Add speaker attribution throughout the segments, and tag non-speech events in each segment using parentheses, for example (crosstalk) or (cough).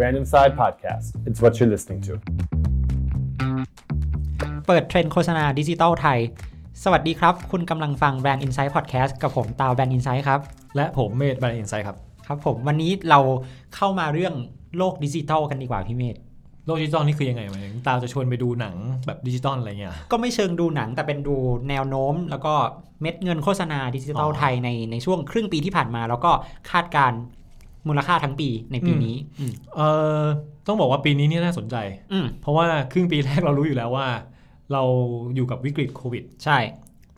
Speaker 1: Random Side Podcast. It's what you're listening to.
Speaker 2: เปิดเทรนด์โฆษณาดิจิตอลไทย สวัสดีครับ คุณกำลังฟัง Brand Insight Podcast กับผมตาว Brand Insight ครับ
Speaker 3: และผมเมธบรนอินไซด์ครับ
Speaker 2: ครับผมวันนี้เราเข้ามาเรื่องโลกดิจิตอลกันดีกว่าพี่เมธ
Speaker 3: โลกดิจิตอลนี่คือยังไงหมายถึงตาวจะชวนไปดูหนังแบบดิจิตอลอะไรเงี้ย
Speaker 2: ก็ไม่เชิงดูหนังแต่เป็นดูแนวโน้ม แล้วก็เม็ดเงินโฆษณาดิจิตอล
Speaker 3: อ๋อ
Speaker 2: ไทยในในช่วงครึ่งปีที่ผ่านมา แล้วก็คาดการณ์มูลค่าทั้งปีในปีนี้ อืม
Speaker 3: เออต้องบอกว่าปีนี้เนี่ยน่าสนใจ
Speaker 2: อืม
Speaker 3: เพราะว่าครึ่งปีแรกเรารู้อยู่แล้วว่า เราอยู่กับวิกฤตโควิด
Speaker 2: ใช่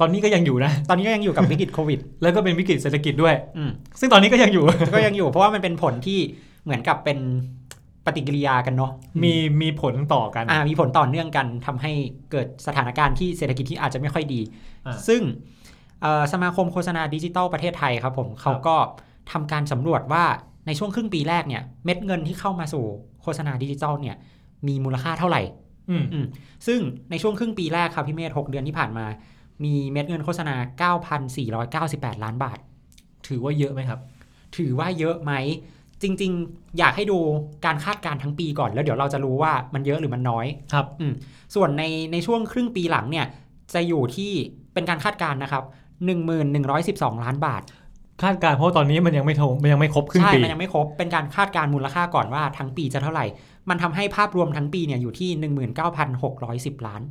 Speaker 3: ตอนนี้ก็ยังอยู่นะ
Speaker 2: ตอนนี้ก็ยังอยู่กับวิกฤตโควิด
Speaker 3: แล้วก็เป็นวิกฤตเศรษฐกิจด้วย
Speaker 2: อืม
Speaker 3: ซึ่งตอนนี้ก็ยังอยู่ (laughs)
Speaker 2: ก็ยังอยู่เพราะว่ามันเป็นผลที่เหมือนกับเป็นปฏิกิริยากันเนาะ
Speaker 3: มีมีผลต่อกัน
Speaker 2: อ่ามีผลต่อเนื่องกันทำให้เกิดสถานการณ์ที่เศรษฐกิจที่อาจจะไม่ค่อยดี
Speaker 3: อ่า
Speaker 2: ซึ่งเอ่อสมาคมโฆษณาดิจิทัลประเทศไทยครับผมเขาก็ทำการสำรวจว่าในช่วงครึ่งปีแรกเนี่ยเม็ดเงินที่เข้ามาสู่โฆษณาดิจิทัลเนี่ยมีมูลค่าเท่าไหร่
Speaker 3: อืม
Speaker 2: ซึ่งในช่วงครึ่งปีแรกครับพี่เมธ6เดือนที่ผ่านมา มีเม็ดเงินโฆษณา 9,498 ล้านบาท
Speaker 3: ถือว่าเยอะไหมครับ
Speaker 2: ถือว่าเยอะไหม จริง ๆ อยากให้ดูการคาดการณ์ทั้งปีก่อนแล้วเดี๋ยวเราจะรู้ว่ามันเยอะหรือมันน้อย
Speaker 3: ครับ
Speaker 2: ส่วนในในช่วงครึ่งปีหลังเนี่ยจะอยู่ที่เป็นการคาดการณ์นะครับ 11,112 ล้านบาท
Speaker 3: คาดการณ์เพราะว่าตอนนี้มันยังไม่ทงมันยังไม่ครบครึ่ง
Speaker 2: ใช่
Speaker 3: ปี
Speaker 2: มันยังไม่ครบ เป็นการคาดการณ์มูลค่าก่อนว่าทั้งปีจะเท่าไหร่ มันทำให้ภาพรวมทั้งปีเนี่ยอยู่ที่ 19,610 ล้าน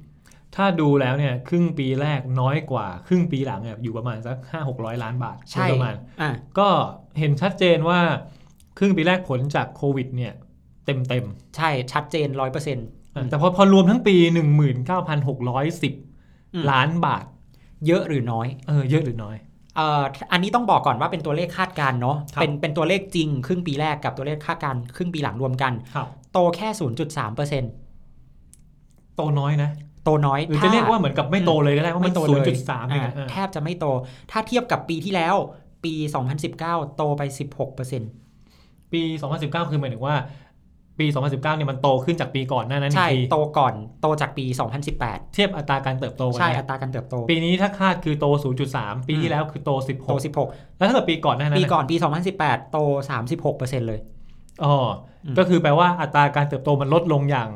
Speaker 3: ถ้าดูแล้วเนี่ยครึ่งปีแรกน้อยกว่าครึ่งปีหลังเนี่ยอยู่ประมาณสักห้าหกร้อยล้านบาทโดย
Speaker 2: ใช่
Speaker 3: ประมาณ
Speaker 2: อ่ะ
Speaker 3: ก็เห็นชัดเจนว่าครึ่งปีแรกผลจากโควิดเนี่ยเต็มเต็ม
Speaker 2: ใช่ ชัดเจน 100%
Speaker 3: ๆแต่พอพอรวมทั้งปี
Speaker 2: อืม
Speaker 3: 19,610 ล้านบาท
Speaker 2: เยอะหรือน้อย
Speaker 3: เออเยอะหรือน้อย
Speaker 2: เอ่ออันนี้ต้องบอกก่อนว่าเป็นตัวเลขคาดการณ์เนาะ
Speaker 3: ครับ
Speaker 2: เป็นเป็นตัวเลขจริงครึ่งปีแรกกับตัวเลขคาดการณ์ครึ่งปีหลังรวมกัน
Speaker 3: ครับ
Speaker 2: โตแค่ 0.3%
Speaker 3: โตน้อยนะ
Speaker 2: โตน้อย
Speaker 3: หรือ
Speaker 2: ถ้
Speaker 3: จะเรียกว่าเหมือนกับไม่โตเลยก็ได้ว่ามัน
Speaker 2: ไม่โต
Speaker 3: ศู
Speaker 2: เล
Speaker 3: น
Speaker 2: ย
Speaker 3: ย์จุดสามเอง
Speaker 2: อ่า
Speaker 3: อะเออ
Speaker 2: แทบจะไม่โต ถ้าเทียบกับปีที่แล้ว ปี 2019 โตไป 16%
Speaker 3: ปี 2019 คือหมายถึงว่า ปี 2019เนี่ยมันโตขึ้นจากปีก่อนหน้านั้นอี
Speaker 2: ใช่
Speaker 3: กที
Speaker 2: โตก่อน โตจากปี 2018
Speaker 3: เทียบอัตราการเติบโตกัน
Speaker 2: ใช่ อั
Speaker 3: นะ
Speaker 2: ตราการเติบโต
Speaker 3: ปีนี้ถ้าคาดคือโต 0.3 ปีที่แล้วคือโต
Speaker 2: โต
Speaker 3: 16 แล้วถ้าเกิดปีก่อนหน้านั้
Speaker 2: 16
Speaker 3: น
Speaker 2: ปี
Speaker 3: นะ
Speaker 2: ก่อน ปี 2018 โต 36%เลย
Speaker 3: อ๋ออ
Speaker 2: ม
Speaker 3: ก็คือแปลว่าอัตราการเติบโตมันลดลงอย่าง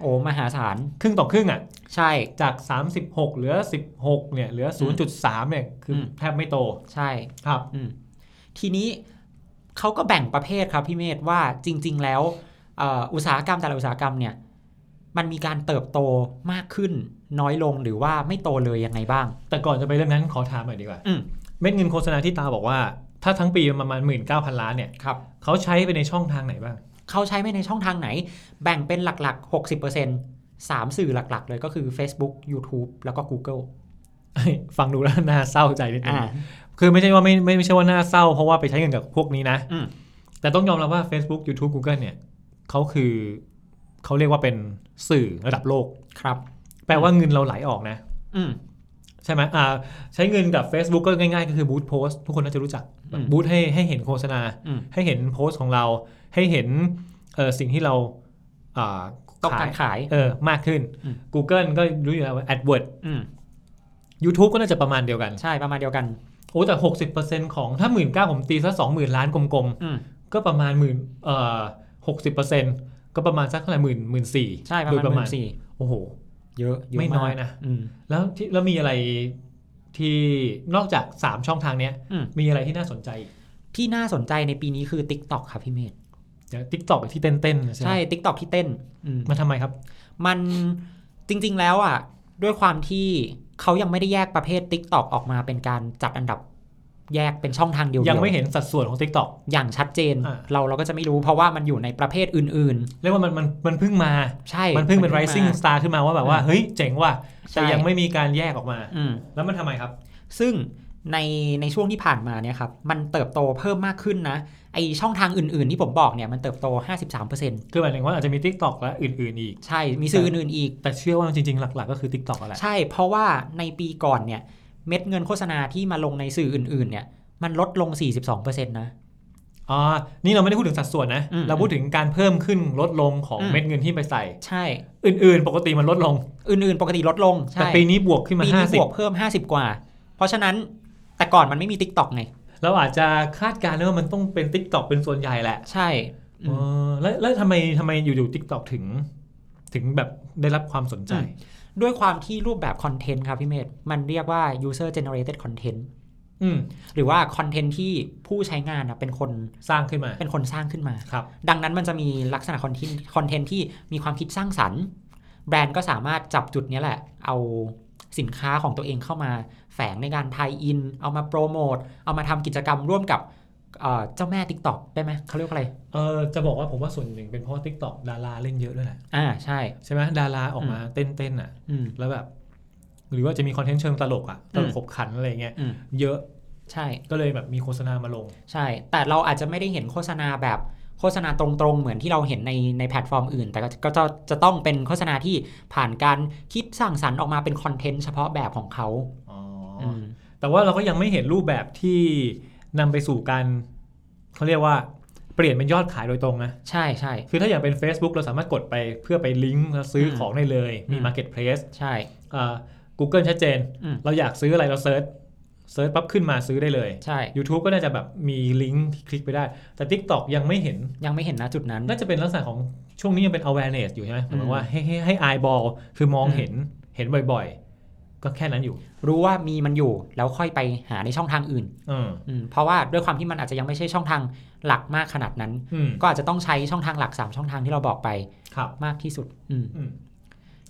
Speaker 2: โอ้ มหาศาล
Speaker 3: ครึ่งต่อครึ่งอ่ะ
Speaker 2: ใช่
Speaker 3: จาก 36 เหลือ 16 เนี่ย เหลือ
Speaker 2: อืม
Speaker 3: 0.3 เนี่ย คืออ
Speaker 2: ม
Speaker 3: แทบไม่โต
Speaker 2: ใช่
Speaker 3: ครับ
Speaker 2: อืมทีนี้เขาก็แบ่งประเภทครับพี่เมธว่าจริง ๆ แล้วเอ่ออุตสาหกรรมแต่ละอุตสาหกรรมเนี่ยมันมีการเติบโตมากขึ้นน้อยลงหรือว่าไม่โตเลยยังไงบ้าง
Speaker 3: แต่ก่อนจะไปเรื่องนั้นขอถามหน่อยดีกว่า
Speaker 2: อืม
Speaker 3: เม็ดเงินโฆษณาที่ตาบอกว่า ถ้าทั้งปีมันประมาณ 19,000 ล้านเนี่ย
Speaker 2: ครับ
Speaker 3: เขาใช้ไปในช่องทางไหนบ้าง (laughs)
Speaker 2: เขาใช้ไปในช่องทางไหน แบ่งเป็นหลักๆ 60% 3 สื่อหลักๆ เลยก็คือ Facebook YouTube แล้วก็ Google
Speaker 3: ฟังดูแล้วน่าเศร้าใจนิดนึง
Speaker 2: อ่า
Speaker 3: คือไม่ใช่ว่าไม่ไม่ไม่ใช่ว่าน่าเศร้า เพราะว่าไปใช้เงินกับพวกนี้นะ
Speaker 2: อืม
Speaker 3: แต่ต้องยอมรับว่า Facebook YouTube Google เนี่ยเขาคือเขาเรียกว่าเป็นสื่อระดับโลก
Speaker 2: ครับ
Speaker 3: แปลว่าเงินเราไหลออกนะ
Speaker 2: อืม
Speaker 3: ใช่ไหมอ่าใช้เงินกับ Facebook ก็ง่ายๆ ก็คือบูธโพสทุกคนน่าจะรู้จัก
Speaker 2: อืม
Speaker 3: บูธให้ให้เห็นโฆษณา
Speaker 2: อืม
Speaker 3: ให้เห็นโพสต์ของเราให้เห็นเอ่อสิ่งที่เราอ่า
Speaker 2: ต้อ
Speaker 3: ขาก
Speaker 2: งายรขาย
Speaker 3: เออมากขึ้น
Speaker 2: อืม
Speaker 3: Google ก็รู้อยู่แล้วว่า AdWords
Speaker 2: อืม
Speaker 3: YouTube ก็น่าจะประมาณเดียวกัน
Speaker 2: ใช่ประมาณเดียวกัน
Speaker 3: โอ้แต่ 60%ของถ้าหมื่นเก้าผมตีซะสองหมื่นล้านกลม
Speaker 2: อืม
Speaker 3: ๆ ก็ประมาณหมื่นเอ่อหกสิบเปอร์เซ็นต์ก็ประมาณสักเท่าไหร่หมื่นหมื่นสี่
Speaker 2: ใช่ประ
Speaker 3: โด
Speaker 2: มาณห
Speaker 3: ย
Speaker 2: มื่นสี่
Speaker 3: โอ้โห
Speaker 2: เยอะเยอะ
Speaker 3: ไม่น้อย
Speaker 2: าก
Speaker 3: นะ
Speaker 2: อืม
Speaker 3: แล้วที่แล้วมีอะไรที่นอกจากสามช่องทางเนี้ย
Speaker 2: อืม
Speaker 3: มีอะไรที่น่าสนใจอีก
Speaker 2: ที่น่าสนใจในปีนี้คือ TikTok ครับพี่เมธ
Speaker 3: เดี๋ยวทิกตอกที่เต้นเต้นๆใช่ไหม
Speaker 2: ใช่ TikTok ที่เต้นอืม
Speaker 3: มันทำไมครับ
Speaker 2: มันจริง ๆ แล้วอ่ะ ด้วยความที่เขายังไม่ได้แยกประเภท TikTok ออกมาเป็นการจัดอันดับแยกเป็นช่องทางเดียวๆ
Speaker 3: ยังไม่เห็นสัดส่วนของ Tik t o k
Speaker 2: อย่างชัดเจน
Speaker 3: อ่า
Speaker 2: เราเราก็จะไม่รู้เพราะว่ามันอยู่ในประเภทอื่น
Speaker 3: เรียกว่ามันมันมันเพิ่งมา
Speaker 2: ๆ ใช่
Speaker 3: มันเพิ่งเป็น rising star ขึ้นมาว่าแบบว่า
Speaker 2: อืม
Speaker 3: เฮ้ย เจ๋งว่ะ
Speaker 2: ใช่
Speaker 3: แต่ยังไม่มีการแยกออกมา
Speaker 2: อืม
Speaker 3: แล้วมันทำไมครับ
Speaker 2: ซึ่งในในช่วงที่ผ่านมาเนี่ยครับมันเติบโตเพิ่มมากขึ้นนะไอช่องทางอื่น ๆ ที่ผมบอกเนี่ยมันเติบโต 53%
Speaker 3: คือหมายถึงว่าอาจจะมี Tik t o k และอื่น ๆ อีก
Speaker 2: ใช่มีสื่ออื่นๆอีก
Speaker 3: แต่เชื่อว่าจริง ๆ หลัก ๆ ก็คือ Tik t o k แหละ
Speaker 2: ใช่ เพราะว่าในปีก่อนเนี่ยเม็ดเงินโฆษณาที่มาลงในสื่ออื่น ๆ เนี่ย มันลดลง 42%นะ
Speaker 3: อ๋อ นี่เราไม่ได้พูดถึงสัดส่วนนะ
Speaker 2: อืม
Speaker 3: เราพูดถึงการเพิ่มขึ้นลดลงของ
Speaker 2: อืม
Speaker 3: เม็ดเงินที่ไปใส่
Speaker 2: ใช่
Speaker 3: อื่น ๆ ปกติมันลดลง
Speaker 2: อื่น ๆ ปกติลดลง
Speaker 3: แต่
Speaker 2: ใช่
Speaker 3: ปีนี้บวกขึ้นมา
Speaker 2: ปีนี้บวกเพิ่ม 50 กว่า เพราะฉะนั้นแต่ก่อนมันไม่มี Tik t o อกไง
Speaker 3: 50 เราอาจจะคาดการณ์ว่ามันต้องเป็น Tik t o k เป็นส่วนใหญ่แหละ
Speaker 2: ใช่ อืม
Speaker 3: เออแล้วแล้วทำไมทำไมอยู่ๆ TikTok ถึง ถึงแบบได้รับความสนใจ
Speaker 2: อืม ด้วยความที่รูปแบบคอนเทนต์ครับพี่เมธมันเรียกว่า user generated content
Speaker 3: อืม
Speaker 2: หรือว่าคอนเทนต์ที่ผู้ใช้งานนะเป็นคน
Speaker 3: สร้างขึ้นมา
Speaker 2: เป็นคนสร้างขึ้นมา
Speaker 3: ครับ
Speaker 2: ดังนั้นมันจะมีลักษณะคอนเทนต์คอนเทนต์ที่มีความคิดสร้างสรรค์ แบรนด์ก็สามารถจับจุดเนี้ยแหละ เอาสินค้าของตัวเองเข้ามาแฝงในการไทยอิน เอามาโปรโมท เอามาทำกิจกรรมร่วมกับเอ่อเจ้าแม่ t ิ k t o k ได้ไหมเขาเรียกว่าอะไร
Speaker 3: เออจะบอกว่าผมว่าส่วนหนึ่งเป็นเพราะ TikTok ดาราเล่นเยอะด้วยแหละ
Speaker 2: อ่าใช่
Speaker 3: ใช่ไหมดาราออกมาเต้นๆอ่ะ
Speaker 2: อืม
Speaker 3: แล้วแบบ หรือว่าจะมีคอนเทนต์เชิงตลกอ่ะ ตลก
Speaker 2: อืม
Speaker 3: ขบขันอะไรเงี้ย
Speaker 2: อืม
Speaker 3: เยอะ
Speaker 2: ใช่
Speaker 3: ก็เลยแบบมีโฆษณามาลง
Speaker 2: ใช่ แต่เราอาจจะไม่ได้เห็นโฆษณาแบบโฆษณาตรงๆ เหมือนที่เราเห็นในในแพลตฟอร์มอื่น แต่ก็ก็จะจะต้องเป็นโฆษณาที่ผ่านการคิดสร้างสรรค์ออกมาเป็นคอนเทนต์เฉพาะแบบของเขา
Speaker 3: อ๋ออ
Speaker 2: อืม
Speaker 3: แต่ว่าเราก็ยังไม่เห็นรูปแบบที่นำไปสู่การเขาเรียกว่าเปลี่ยนเป็นยอดขายโดยตรงนะ
Speaker 2: ใช่ใช่
Speaker 3: คือถ้าอย่างเป็น Facebook เราสามารถกดไปเพื่อไปลิงก์แล้วซื้ออ
Speaker 2: ม
Speaker 3: ของได้เลย มี
Speaker 2: อืม
Speaker 3: Marketplace
Speaker 2: ใช่
Speaker 3: อ่า Google ชัดเจน
Speaker 2: อืม
Speaker 3: เราอยากซื้ออะไรเราเซิร์ชเซิร์ชปั๊บขึ้นมาซื้อได้เลย
Speaker 2: ใช่
Speaker 3: YouTube ก็น่าจะแบบมีลิงก์ที่คลิกไปได้ แต่ TikTok ยังไม่เห็น
Speaker 2: ยังไม่เห็นนะจุดนั้น
Speaker 3: น่าจะเป็นลักษณะของช่วงนี้ยังเป็น awareness อยู่ใช่ไหมหมายค
Speaker 2: อื
Speaker 3: วาม มว่าให้ให้ให้ eyeball คือมองเห็นเห็นบ่อยๆ ก็แค่นั้นอยู่
Speaker 2: รู้ว่ามีมันอยู่แล้วค่อยไปหาในช่องทางอื่น
Speaker 3: เออ
Speaker 2: อืมเพราะว่าด้วยความที่มันอาจจะยังไม่ใช่ช่องทางหลักมากขนาดนั้น
Speaker 3: อืม
Speaker 2: ก็อาจจะต้องใช้ช่องทางหลัก 3 ช่องทางที่เราบอกไป
Speaker 3: ครับ
Speaker 2: มากที่สุด อืม
Speaker 3: อืม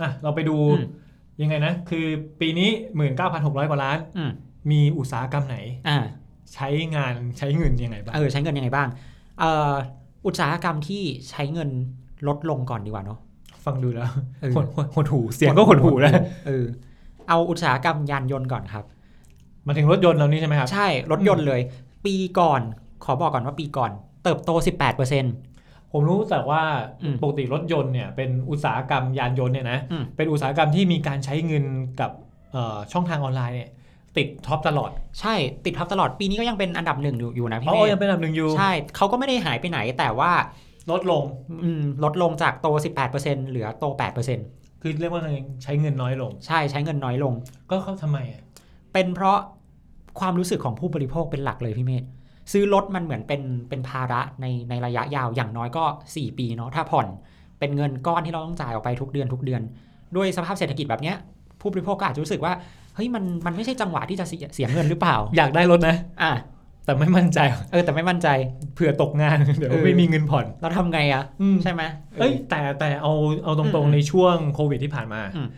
Speaker 3: อ่ะเราไปดู
Speaker 2: อืม
Speaker 3: ยังไงนะ คือปีนี้ 19,600 กว่าล้าน
Speaker 2: อืม
Speaker 3: มีอุตสาหกรรมไหน
Speaker 2: อ่า
Speaker 3: ใช้งานใช้เงินยังไงบ้าง
Speaker 2: เออใช้เงินยังไงบ้างเอ่ออุตสาหกรรมที่ใช้เงินลดลงก่อนดีกว่าเนาะ
Speaker 3: ฟังดูแล้ว
Speaker 2: เออ
Speaker 3: หดหดหดหูเสียงก็หดหูนะ
Speaker 2: เออเอาอุตสาหกรรมยานยนต์ก่อนครับ
Speaker 3: มาถึงรถยนต์เรานี่ใช่ไหมครับ
Speaker 2: ใช่รถยนต์เลย ปีก่อน ขอบอกก่อนว่าปีก่อน เติบโต 18%
Speaker 3: ผมรู้แต่ว่า
Speaker 2: อืม
Speaker 3: ปกติรถยนต์เนี่ยเป็นอุตสาหกรรมยานยนต์เนี่ยนะ
Speaker 2: อืม
Speaker 3: เป็นอุตสาหกรรมที่มีการใช้เงินกับเอ่อช่องทางออนไลน์เนี่ยติดท็อปตลอด
Speaker 2: ใช่ติดท็อปตลอดปีนี้ก็ยังเป็นอันดับหนึ่งอยู่อยู่นะพี่
Speaker 3: อ๋
Speaker 2: เม
Speaker 3: อ
Speaker 2: ฆ
Speaker 3: ยังเป็นอันดับหนึ่งอยู่
Speaker 2: ใช่ เขาก็ไม่ได้หายไปไหนแต่ว่า
Speaker 3: ลดลง
Speaker 2: อืมลดลงจากโต 18%เหลือโต 8%
Speaker 3: คือเรียกว่าไงใช้เงินน้อยลง
Speaker 2: ใช่ใช้เงินน้อยลง
Speaker 3: ก็เขาทำไมอะ
Speaker 2: เป็นเพราะความรู้สึกของผู้บริโภคเป็นหลักเลยพี่เมธซื้อรถมันเหมือนเป็นเป็นภาระในในระยะยาวอย่างน้อยก็ 4 ปีเนาะถ้าผ่อนเป็นเงินก้อนที่เราต้องจ่ายออกไปทุกเดือนทุกเดือน ด้วยสภาพเศรษฐกิจแบบเนี้ยผู้บริโภคก็อาจจะรู้สึกว่าเฮ้ยมันมันไม่ใช่จังหวะที่จะเสียเสียเงินหรือเปล่า
Speaker 3: อยากได้รถนะ
Speaker 2: อ่ะ
Speaker 3: แต่ไม่มั่นใจ (laughs)
Speaker 2: เออแต่ไม่มั่นใจ
Speaker 3: เผื่อตกงาน (laughs) เดี๋ยว
Speaker 2: เออ
Speaker 3: ไม่มีเงินผ่อน
Speaker 2: เราทำไงอะ
Speaker 3: อืม
Speaker 2: ใช่ไหมเออ
Speaker 3: เอ้ยแต่แต่เอาเอาต
Speaker 2: อื
Speaker 3: รง
Speaker 2: ม
Speaker 3: ๆในช่วงโควิดที่ผ่านมา
Speaker 2: อืม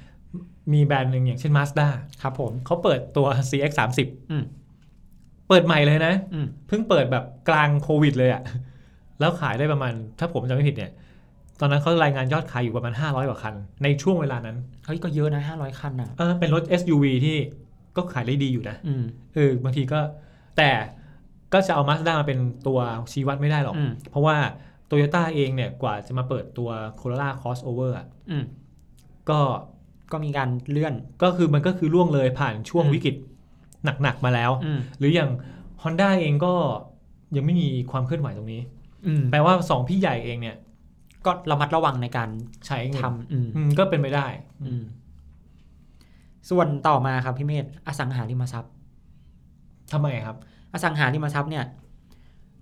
Speaker 3: มีแบรนด์หนึ่งอย่างเช่น Mazda
Speaker 2: ครับผม
Speaker 3: เขาเปิดตัว CX
Speaker 2: อืม
Speaker 3: 30เปิดใหม่เลยนะ
Speaker 2: อืม
Speaker 3: เพิ่งเปิดแบบกลางโควิดเลยอะ (laughs) แล้วขายได้ประมาณ ถ้าผมจำไม่ผิดเนี่ย ตอนนั้นเขารายงานยอดขายอยู่ประมาณ 500 กว่าคัน ในช่วงเวลานั้น
Speaker 2: เฮ้ยก็เยอะนะ500คันอะ
Speaker 3: เออเป็นรถ SUV ที่ก็ขายได้ดีอยู่นะ
Speaker 2: อืม
Speaker 3: เออบางทีก็ แต่ก็จะเอา Mazda มาเป็นตัวชี้วัดไม่ได้หรอก
Speaker 2: อืม
Speaker 3: เพราะว่า Toyota เองเนี่ยกว่าจะมาเปิดตัว Corolla crossover อะ
Speaker 2: อืม
Speaker 3: ก็
Speaker 2: ก็มีการเลื่อน
Speaker 3: ก็คือมันก็คือล่วงเลยผ่านช่วง
Speaker 2: อืม
Speaker 3: วิกฤตหนัก ๆ มาแล้ว
Speaker 2: อืม
Speaker 3: หรืออย่าง Honda เองก็ยังไม่มีความเคลื่อนไหวตรงนี้
Speaker 2: อืม
Speaker 3: แปลว่า 2 พี่ใหญ่เองเนี่ย
Speaker 2: ก็ระมัดระวังในการ
Speaker 3: ใช้เงิน
Speaker 2: ทำอืม
Speaker 3: อืมก็เป็นไปได้
Speaker 2: อืม ส่วนต่อมาครับพี่เมธอสังหาริมทรัพย์
Speaker 3: ทำไมครับ
Speaker 2: อสังหาริมทรัพย์เนี่ย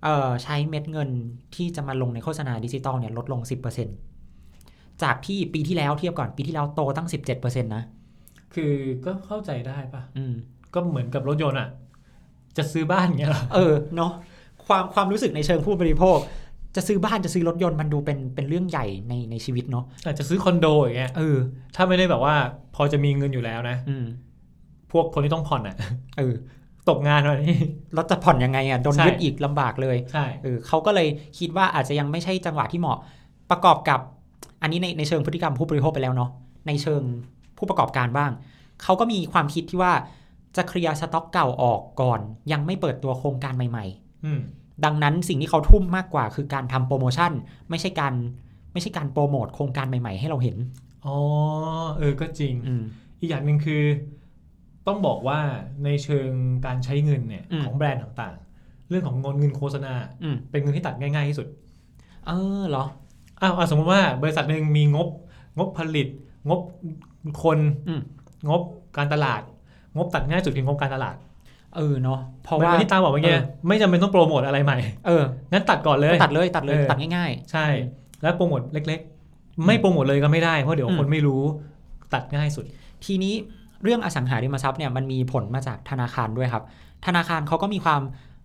Speaker 2: เอ่อใช้เม็ดเงินที่จะมาลงในโฆษณาดิจิตอลเนี่ยลดลง 10%จากที่ปีที่แล้วเทียบก่อนปีที่แล้วโตตั้ง 17%นะ
Speaker 3: คือก็เข้าใจได้ปะ
Speaker 2: อืม
Speaker 3: ก็เหมือนกับรถยนต์อ่ะ จะซื้อบ้านอย่างเงี้ยเหรอ
Speaker 2: เออเนาะความความรู้สึกในเชิงผู้บริโภค จะซื้อบ้านจะซื้อรถยนต์มันดูเป็นเป็นเรื่องใหญ่ในในชีวิตเนาะ
Speaker 3: อาจจะซื้อคอนโดอย่างเงี้ย
Speaker 2: เออ
Speaker 3: ถ้าไม่ได้แบบว่า พอจะมีเงินอยู่แล้วนะ
Speaker 2: อืม
Speaker 3: พวกคนที่ต้องผ่อนอ่ะ (laughs)
Speaker 2: เออ
Speaker 3: ตกงานวันนี้
Speaker 2: แล้วจะผ่อนยังไงอ่ะโดน
Speaker 3: ใช่
Speaker 2: ยึดอีกลำบากเลย
Speaker 3: ใช่
Speaker 2: เออเขาก็เลยคิดว่าอาจจะยังไม่ใช่จังหวะที่เหมาะ ประกอบกับอันนี้ในในเชิงพฤติกรรมผู้บริโภคไปแล้วเนาะในเชิงผู้ประกอบการบ้างเขาก็มีความคิดที่ว่าจะเคลียร์สต็อกเก่าออกก่อน ยังไม่เปิดตัวโครงการใหม่
Speaker 3: อืม
Speaker 2: ๆ ดังนั้นสิ่งที่เขาทุ่มมากกว่าคือการทำโปรโมชั่น ไม่ใช่การไม่ใช่การโปรโมทโครงการใหม่ๆ ให้เราเห็น
Speaker 3: อ๋อเออก็จริง
Speaker 2: อืม
Speaker 3: อีกอย่างหนึ่งคือ ต้องบอกว่าในเชิงการใช้เงินเนี่ย
Speaker 2: อืม
Speaker 3: ของแบรนด์ต่างๆ เรื่องของเงินเงินโฆษณา
Speaker 2: อืม
Speaker 3: เป็นเงินที่ตัดง่ายๆที่สุด
Speaker 2: เออเหรอ
Speaker 3: อ้าวอ่ะสมมติว่าบริษัทหนึ่งมีงบ งบผลิต งบคน
Speaker 2: อืม
Speaker 3: งบการตลาด งบตัดง่ายสุดคืองบการตลาด
Speaker 2: เออเนาะเพ
Speaker 3: เพราะ
Speaker 2: ราะ
Speaker 3: ว่า
Speaker 2: ว่า
Speaker 3: ที่ตามบอกเมื่อกี้
Speaker 2: เออ
Speaker 3: ไม่จำเป็นต้องโปรโมทอะไรใหม่
Speaker 2: เออ
Speaker 3: งั้นตัดก่อนเลย
Speaker 2: ตัดเลยตัดเลย
Speaker 3: เออ
Speaker 2: ตัดง่าย
Speaker 3: ใช่ แล้วโปรโมทเล็ก ๆ ไม่โปรโมทเลยก็ไม่ได้เพราะเดี๋ยว
Speaker 2: อืม
Speaker 3: คนไม่รู้ตัดง่ายสุด
Speaker 2: ๆ ทีนี้เรื่องอสังหาริมทรัพย์เนี่ยมันมีผลมาจากธนาคารด้วยครับ ธนาคารเขาก็มีความ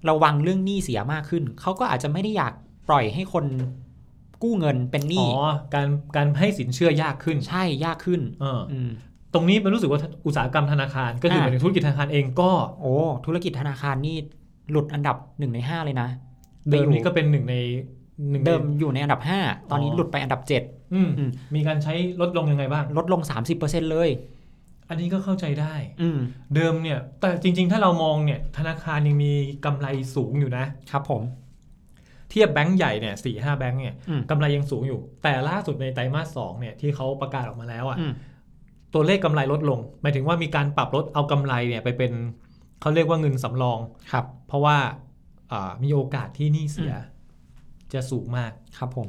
Speaker 2: ระวังเรื่องหนี้เสียมากขึ้นเขาก็อาจจะไม่ได้อยากปล่อยให้คนกู้เงินเป็นห
Speaker 3: อ๋
Speaker 2: นี้
Speaker 3: อ การการให้สินเชื่อยากขึ้น
Speaker 2: ใช่ยากขึ้น
Speaker 3: เออ
Speaker 2: อืม
Speaker 3: ตรงนี้มันรู้สึกว่าอุตสาหกรรมธนาคาร ก็คือ
Speaker 2: อ่า
Speaker 3: หมายถึงธุรกิจธนาคารเองก็
Speaker 2: โอ้ธุรกิจธนาคารนี่หลุดอันดับหนึ่งในห้าเลยนะ
Speaker 3: เดิ
Speaker 2: ไป
Speaker 3: ม
Speaker 2: อยู่
Speaker 3: นี้ก็เป็นหนึ่งในหนึ่งใน
Speaker 2: เดิมอยู่ในอันดับห้าตอนนี้
Speaker 3: อ๋อ
Speaker 2: หลุดไปอันดับเจ็ด
Speaker 3: อืม
Speaker 2: อืม
Speaker 3: มีการใช้ลดลงยังไงบ้าง
Speaker 2: ลดลง 30%เลย
Speaker 3: อันนี้ก็เข้าใจได้
Speaker 2: อืม
Speaker 3: เดิมเนี่ย แต่จริง ๆ ถ้าเรามองเนี่ย ธนาคารยังมีกำไรสูงอยู่นะ
Speaker 2: ครับผม
Speaker 3: เทียบแบงก์ใหญ่เนี่ยสี่ห้าแบงก์เนี่ย
Speaker 2: อืม
Speaker 3: กำไรยังสูงอยู่ แต่ล่าสุดในไตรมาสสองเนี่ยที่เขาประกาศออกมาแล้ว
Speaker 2: อืม
Speaker 3: อะ่ะตัวเลขกำไรลดลง หมายถึงว่ามีการปรับลดเอากำไรเนี่ยไปเป็นเขาเรียกว่าเงินสำรอง
Speaker 2: ครับ
Speaker 3: เพราะว่าอ่ามีโอกาสที่หนี้เสีย จะสูงมาก
Speaker 2: ครับผม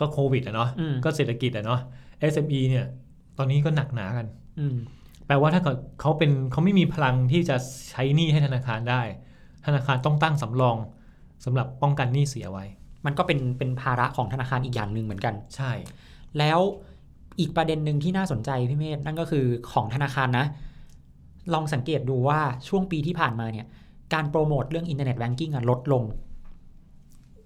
Speaker 3: ก็โควิดอะเนาะ
Speaker 2: อืม
Speaker 3: ก็เศรษฐกิจอะเนาะ SME เนี่ยตอนนี้ก็หนักหนากัน
Speaker 2: อืม
Speaker 3: แปลว่าถ้าเกิดเขาเป็นเขาไม่มีพลังที่จะใช้หนี้ให้ธนาคารได้ ธนาคารต้องตั้งสำรองสำหรับป้องกันหนี้เสียไว้
Speaker 2: มันก็เป็นเป็นภาระของธนาคารอีกอย่างหนึ่งเหมือนกัน
Speaker 3: ใช่
Speaker 2: แล้วอีกประเด็นหนึ่งที่น่าสนใจพี่เมธนั่นก็คือของธนาคารนะ ลองสังเกตดูว่าช่วงปีที่ผ่านมาเนี่ย การโปรโมทเรื่องอินเทอร์เน็ตแบงกิ้งลดลง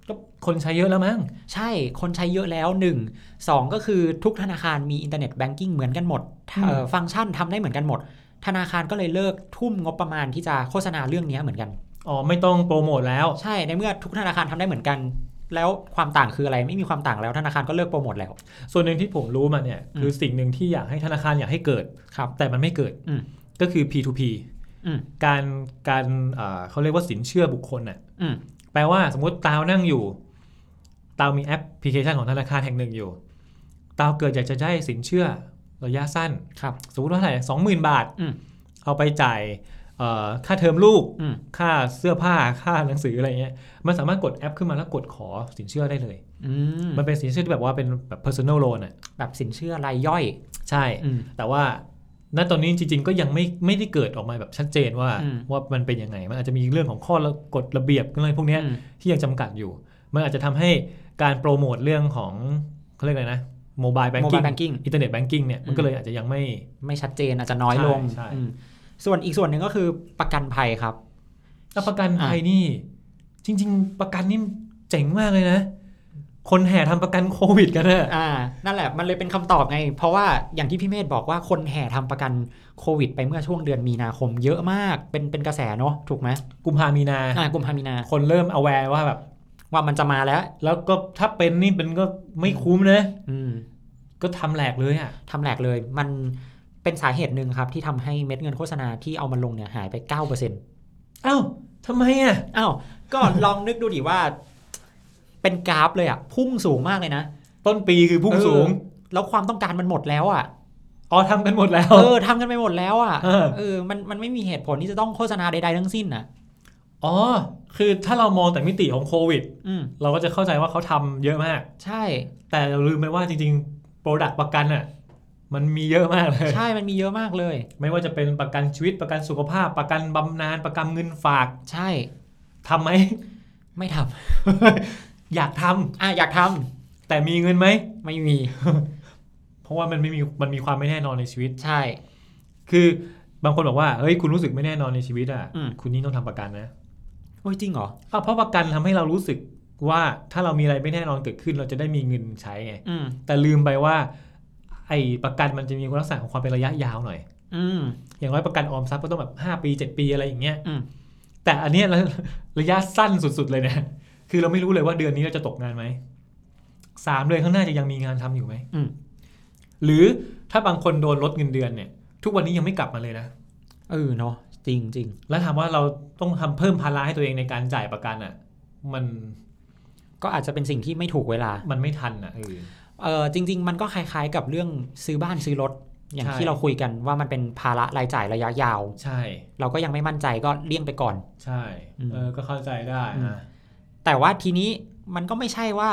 Speaker 3: ก็คนใช้เยอะแล้วมั้ง
Speaker 2: ใช่คนใช้เยอะแล้ว 1 2 ก็คือทุกธนาคารมีอินเทอร์เน็ตแบงกิ้งเหมือนกันหมดเอ่อฟังก์ชันทำได้เหมือนกันหมด ธนาคารก็เลยเลิกทุ่มงบประมาณที่จะโฆษณาเรื่องนี้เหมือนกัน
Speaker 3: อ๋อ ไม่ต้องโปรโมทแล้ว
Speaker 2: ใช่ในเมื่อทุกธนาคารทำได้เหมือนกัน แล้วความต่างคืออะไรไม่มีความต่างแล้วธนาคารก็เลิกโปรโมทแล้ว
Speaker 3: ส่วนหนึ่งที่ผมรู้มาเนี่ย
Speaker 2: อืม
Speaker 3: คือสิ่งหนึ่งที่อยากให้ธนาคารอยากให้เกิด
Speaker 2: ครับ
Speaker 3: แต่มันไม่เกิด
Speaker 2: อืม
Speaker 3: ก็คือ P2P
Speaker 2: อืม
Speaker 3: การการอ่าเขาเรียกว่าสินเชื่อบุคคลน่ะ
Speaker 2: อืม
Speaker 3: แปลว่าสมมติตาวนั่งอยู่ ตาวมีแอปพลิเคชันของธนาคารแห่งหนึ่งอยู่ ตาวเกิดอยากจะได้สินเชื่อระยะสั้น
Speaker 2: ครับ
Speaker 3: สมมติว่าเท่าไหร่สองหมื่นบาท
Speaker 2: อืม
Speaker 3: เอาไปจ่ายเอ่อค่าเทอมลูก
Speaker 2: อืม
Speaker 3: ค่าเสื้อผ้า ค่าหนังสืออะไรเงี้ย มันสามารถกดแอปขึ้นมาแล้วกดขอสินเชื่อได้เลย
Speaker 2: อืม
Speaker 3: มันเป็นสินเชื่อที่แบบว่าเป็นแบบ personal loan อ่ะ
Speaker 2: แบบสินเชื่อรายย่อย
Speaker 3: ใช่
Speaker 2: อืม
Speaker 3: แต่ว่าณตอนนี้จริงๆ ก็ยังไม่ไม่ได้เกิดออกมาแบบชัดเจนว่า
Speaker 2: อืม
Speaker 3: ว่ามันเป็นยังไง มันอาจจะมีเรื่องของข้อกฎระเบียบอะไรพวกเนี้ย
Speaker 2: อืม
Speaker 3: ที่ยังจำกัดอยู่ มันอาจจะทำให้การโปรโมทเรื่องของเขาเรียกอะไรนะโมบายแบง
Speaker 2: โมบาง
Speaker 3: กิ้
Speaker 2: ยแบงกิ้ง
Speaker 3: อินเทอร์เน็ตแบงกิ้งเนี่ยมันก็เลยอาจจะยังไม่
Speaker 2: ไม่ชัดเจนอาจจะน้อยลง
Speaker 3: ใช่ใช่
Speaker 2: อืมส่วนอีกส่วนหนึ่งก็คือประกันภัยครับ
Speaker 3: แล้วประกัน
Speaker 2: อ่ะ
Speaker 3: ภัยนี่ จริง ๆ ประกันนี่เจ๋งมากเลยนะ คนแห่ทำประกันโควิดกันอะ
Speaker 2: อ่านั่นแหละมันเลยเป็นคำตอบไง เพราะว่าอย่างที่พี่เมธบอกว่าคนแห่ทำประกันโควิด ไปเมื่อช่วงเดือนมีนาคมเยอะมากเป็นเป็นกระแสเนาะถูกไหม
Speaker 3: กุมภามีนา
Speaker 2: อ่ากุมภามีนา
Speaker 3: คนเริ่ม aware ว่าแบบ
Speaker 2: ว่ามันจะมาแล้ว
Speaker 3: แล้วก็ถ้าเป็นนี่เป็นก็ไม่คุ้มนะ
Speaker 2: อืม
Speaker 3: ก็ทำแหลกเลยอ่ะ
Speaker 2: ทำแหลกเลย มันเป็นสาเหตุหนึ่งครับ ที่ทำให้เม็ดเงินโฆษณาที่เอามาลงเนี่ยหายไป 9%
Speaker 3: เอ้าทำไมอ่ะ
Speaker 2: อ้าว ก็ ลองนึกดูดิว่า เป็นกราฟเลยอะพุ่งสูงมากเลยนะ
Speaker 3: ต้นปีคือพุ่งสูง
Speaker 2: เออแล้วความต้องการมันหมดแล้วอะ
Speaker 3: อ๋อทำกันหมดแล้ว
Speaker 2: เออทำกันไปหมดแล้วอะ
Speaker 3: เออ
Speaker 2: เออมันมันไม่มีเหตุผลที่จะต้องโฆษณาใดๆทั้งสิ้นนะ
Speaker 3: อ๋อ คือถ้าเรามองแต่มิติของโควิด
Speaker 2: อืม
Speaker 3: เราก็จะเข้าใจว่าเขาทำเยอะมาก
Speaker 2: ใช่
Speaker 3: แต่เราลืมไปว่าจริงๆ โปรดักต์ประกันอ่ะ มันมีเยอะมากเลย
Speaker 2: ใช่มันมีเยอะมากเลย
Speaker 3: ไม่ว่าจะเป็นประกันชีวิตประกันสุขภาพ ประกันบำนาญประกันเงินฝาก
Speaker 2: ใช่
Speaker 3: ทำไหม (laughs)
Speaker 2: ไม่ทำ
Speaker 3: อยากทำ
Speaker 2: อ่ะอยากท
Speaker 3: แต่มีเงินไหม
Speaker 2: ำไม่มี
Speaker 3: เพราะว่ามันไม่มีมันมีความไม่แน่นอนในชีวิต
Speaker 2: ใช่
Speaker 3: คือบางคนบอกว่าเฮ้ยคุณรู้สึกไม่แน่นอนในชีวิตอ่ะ
Speaker 2: อืม
Speaker 3: คุณยิ่งต้องทำประกันนะ
Speaker 2: โอ้ยจริงเหรอ
Speaker 3: อ้าวเพราะประกันทำให้เรารู้สึกว่าถ้าเรามีอะไรไม่แน่นอนเกิดขึ้น เราจะได้มีเงินใช้ไง
Speaker 2: อืม
Speaker 3: แต่ลืมไปว่า ไอ้ประกันมันจะมีคุณลักษณะของความเป็นระยะยาวหน่อย
Speaker 2: อืม
Speaker 3: อย่างน้อยประกันออมทรัพย์ก็ต้องแบบ 5 ปี 7 ปีอะไรอย่างเงี้ย
Speaker 2: อืม
Speaker 3: แต่อันเนี้ยระระยะสั้นสุดๆเลยนะคือเราไม่รู้เลยว่าเดือนนี้เราจะตกงานไหมสามเดือนข้างหน้าจะยังมีงานทำอยู่ไหม
Speaker 2: อืม
Speaker 3: หรือถ้าบางคนโดนลดเงินเดือนเนี่ย ทุกวันนี้ยังไม่กลับมาเลยนะ
Speaker 2: เออเนาะจริงจริง
Speaker 3: แล้วถามว่าเราต้องทำเพิ่มภาระให้ตัวเองในการจ่ายประกันอ่ะ มัน
Speaker 2: ก็อาจจะเป็นสิ่งที่ไม่ถูกเวลา
Speaker 3: มันไม่ทันอ่ะเออ
Speaker 2: เออจริง ๆ มันก็คล้ายๆกับเรื่องซื้อบ้านซื้อรถ อย่าง
Speaker 3: ใช่
Speaker 2: ที่เราคุยกันว่ามันเป็นภาระรายจ่ายระยะยาว
Speaker 3: ใช่
Speaker 2: เราก็ยังไม่มั่นใจก็เลี่ยงไปก่อน
Speaker 3: ใช่เออก็เข้าใจได้นะ
Speaker 2: แต่ว่าทีนี้มันก็ไม่ใช่ว่า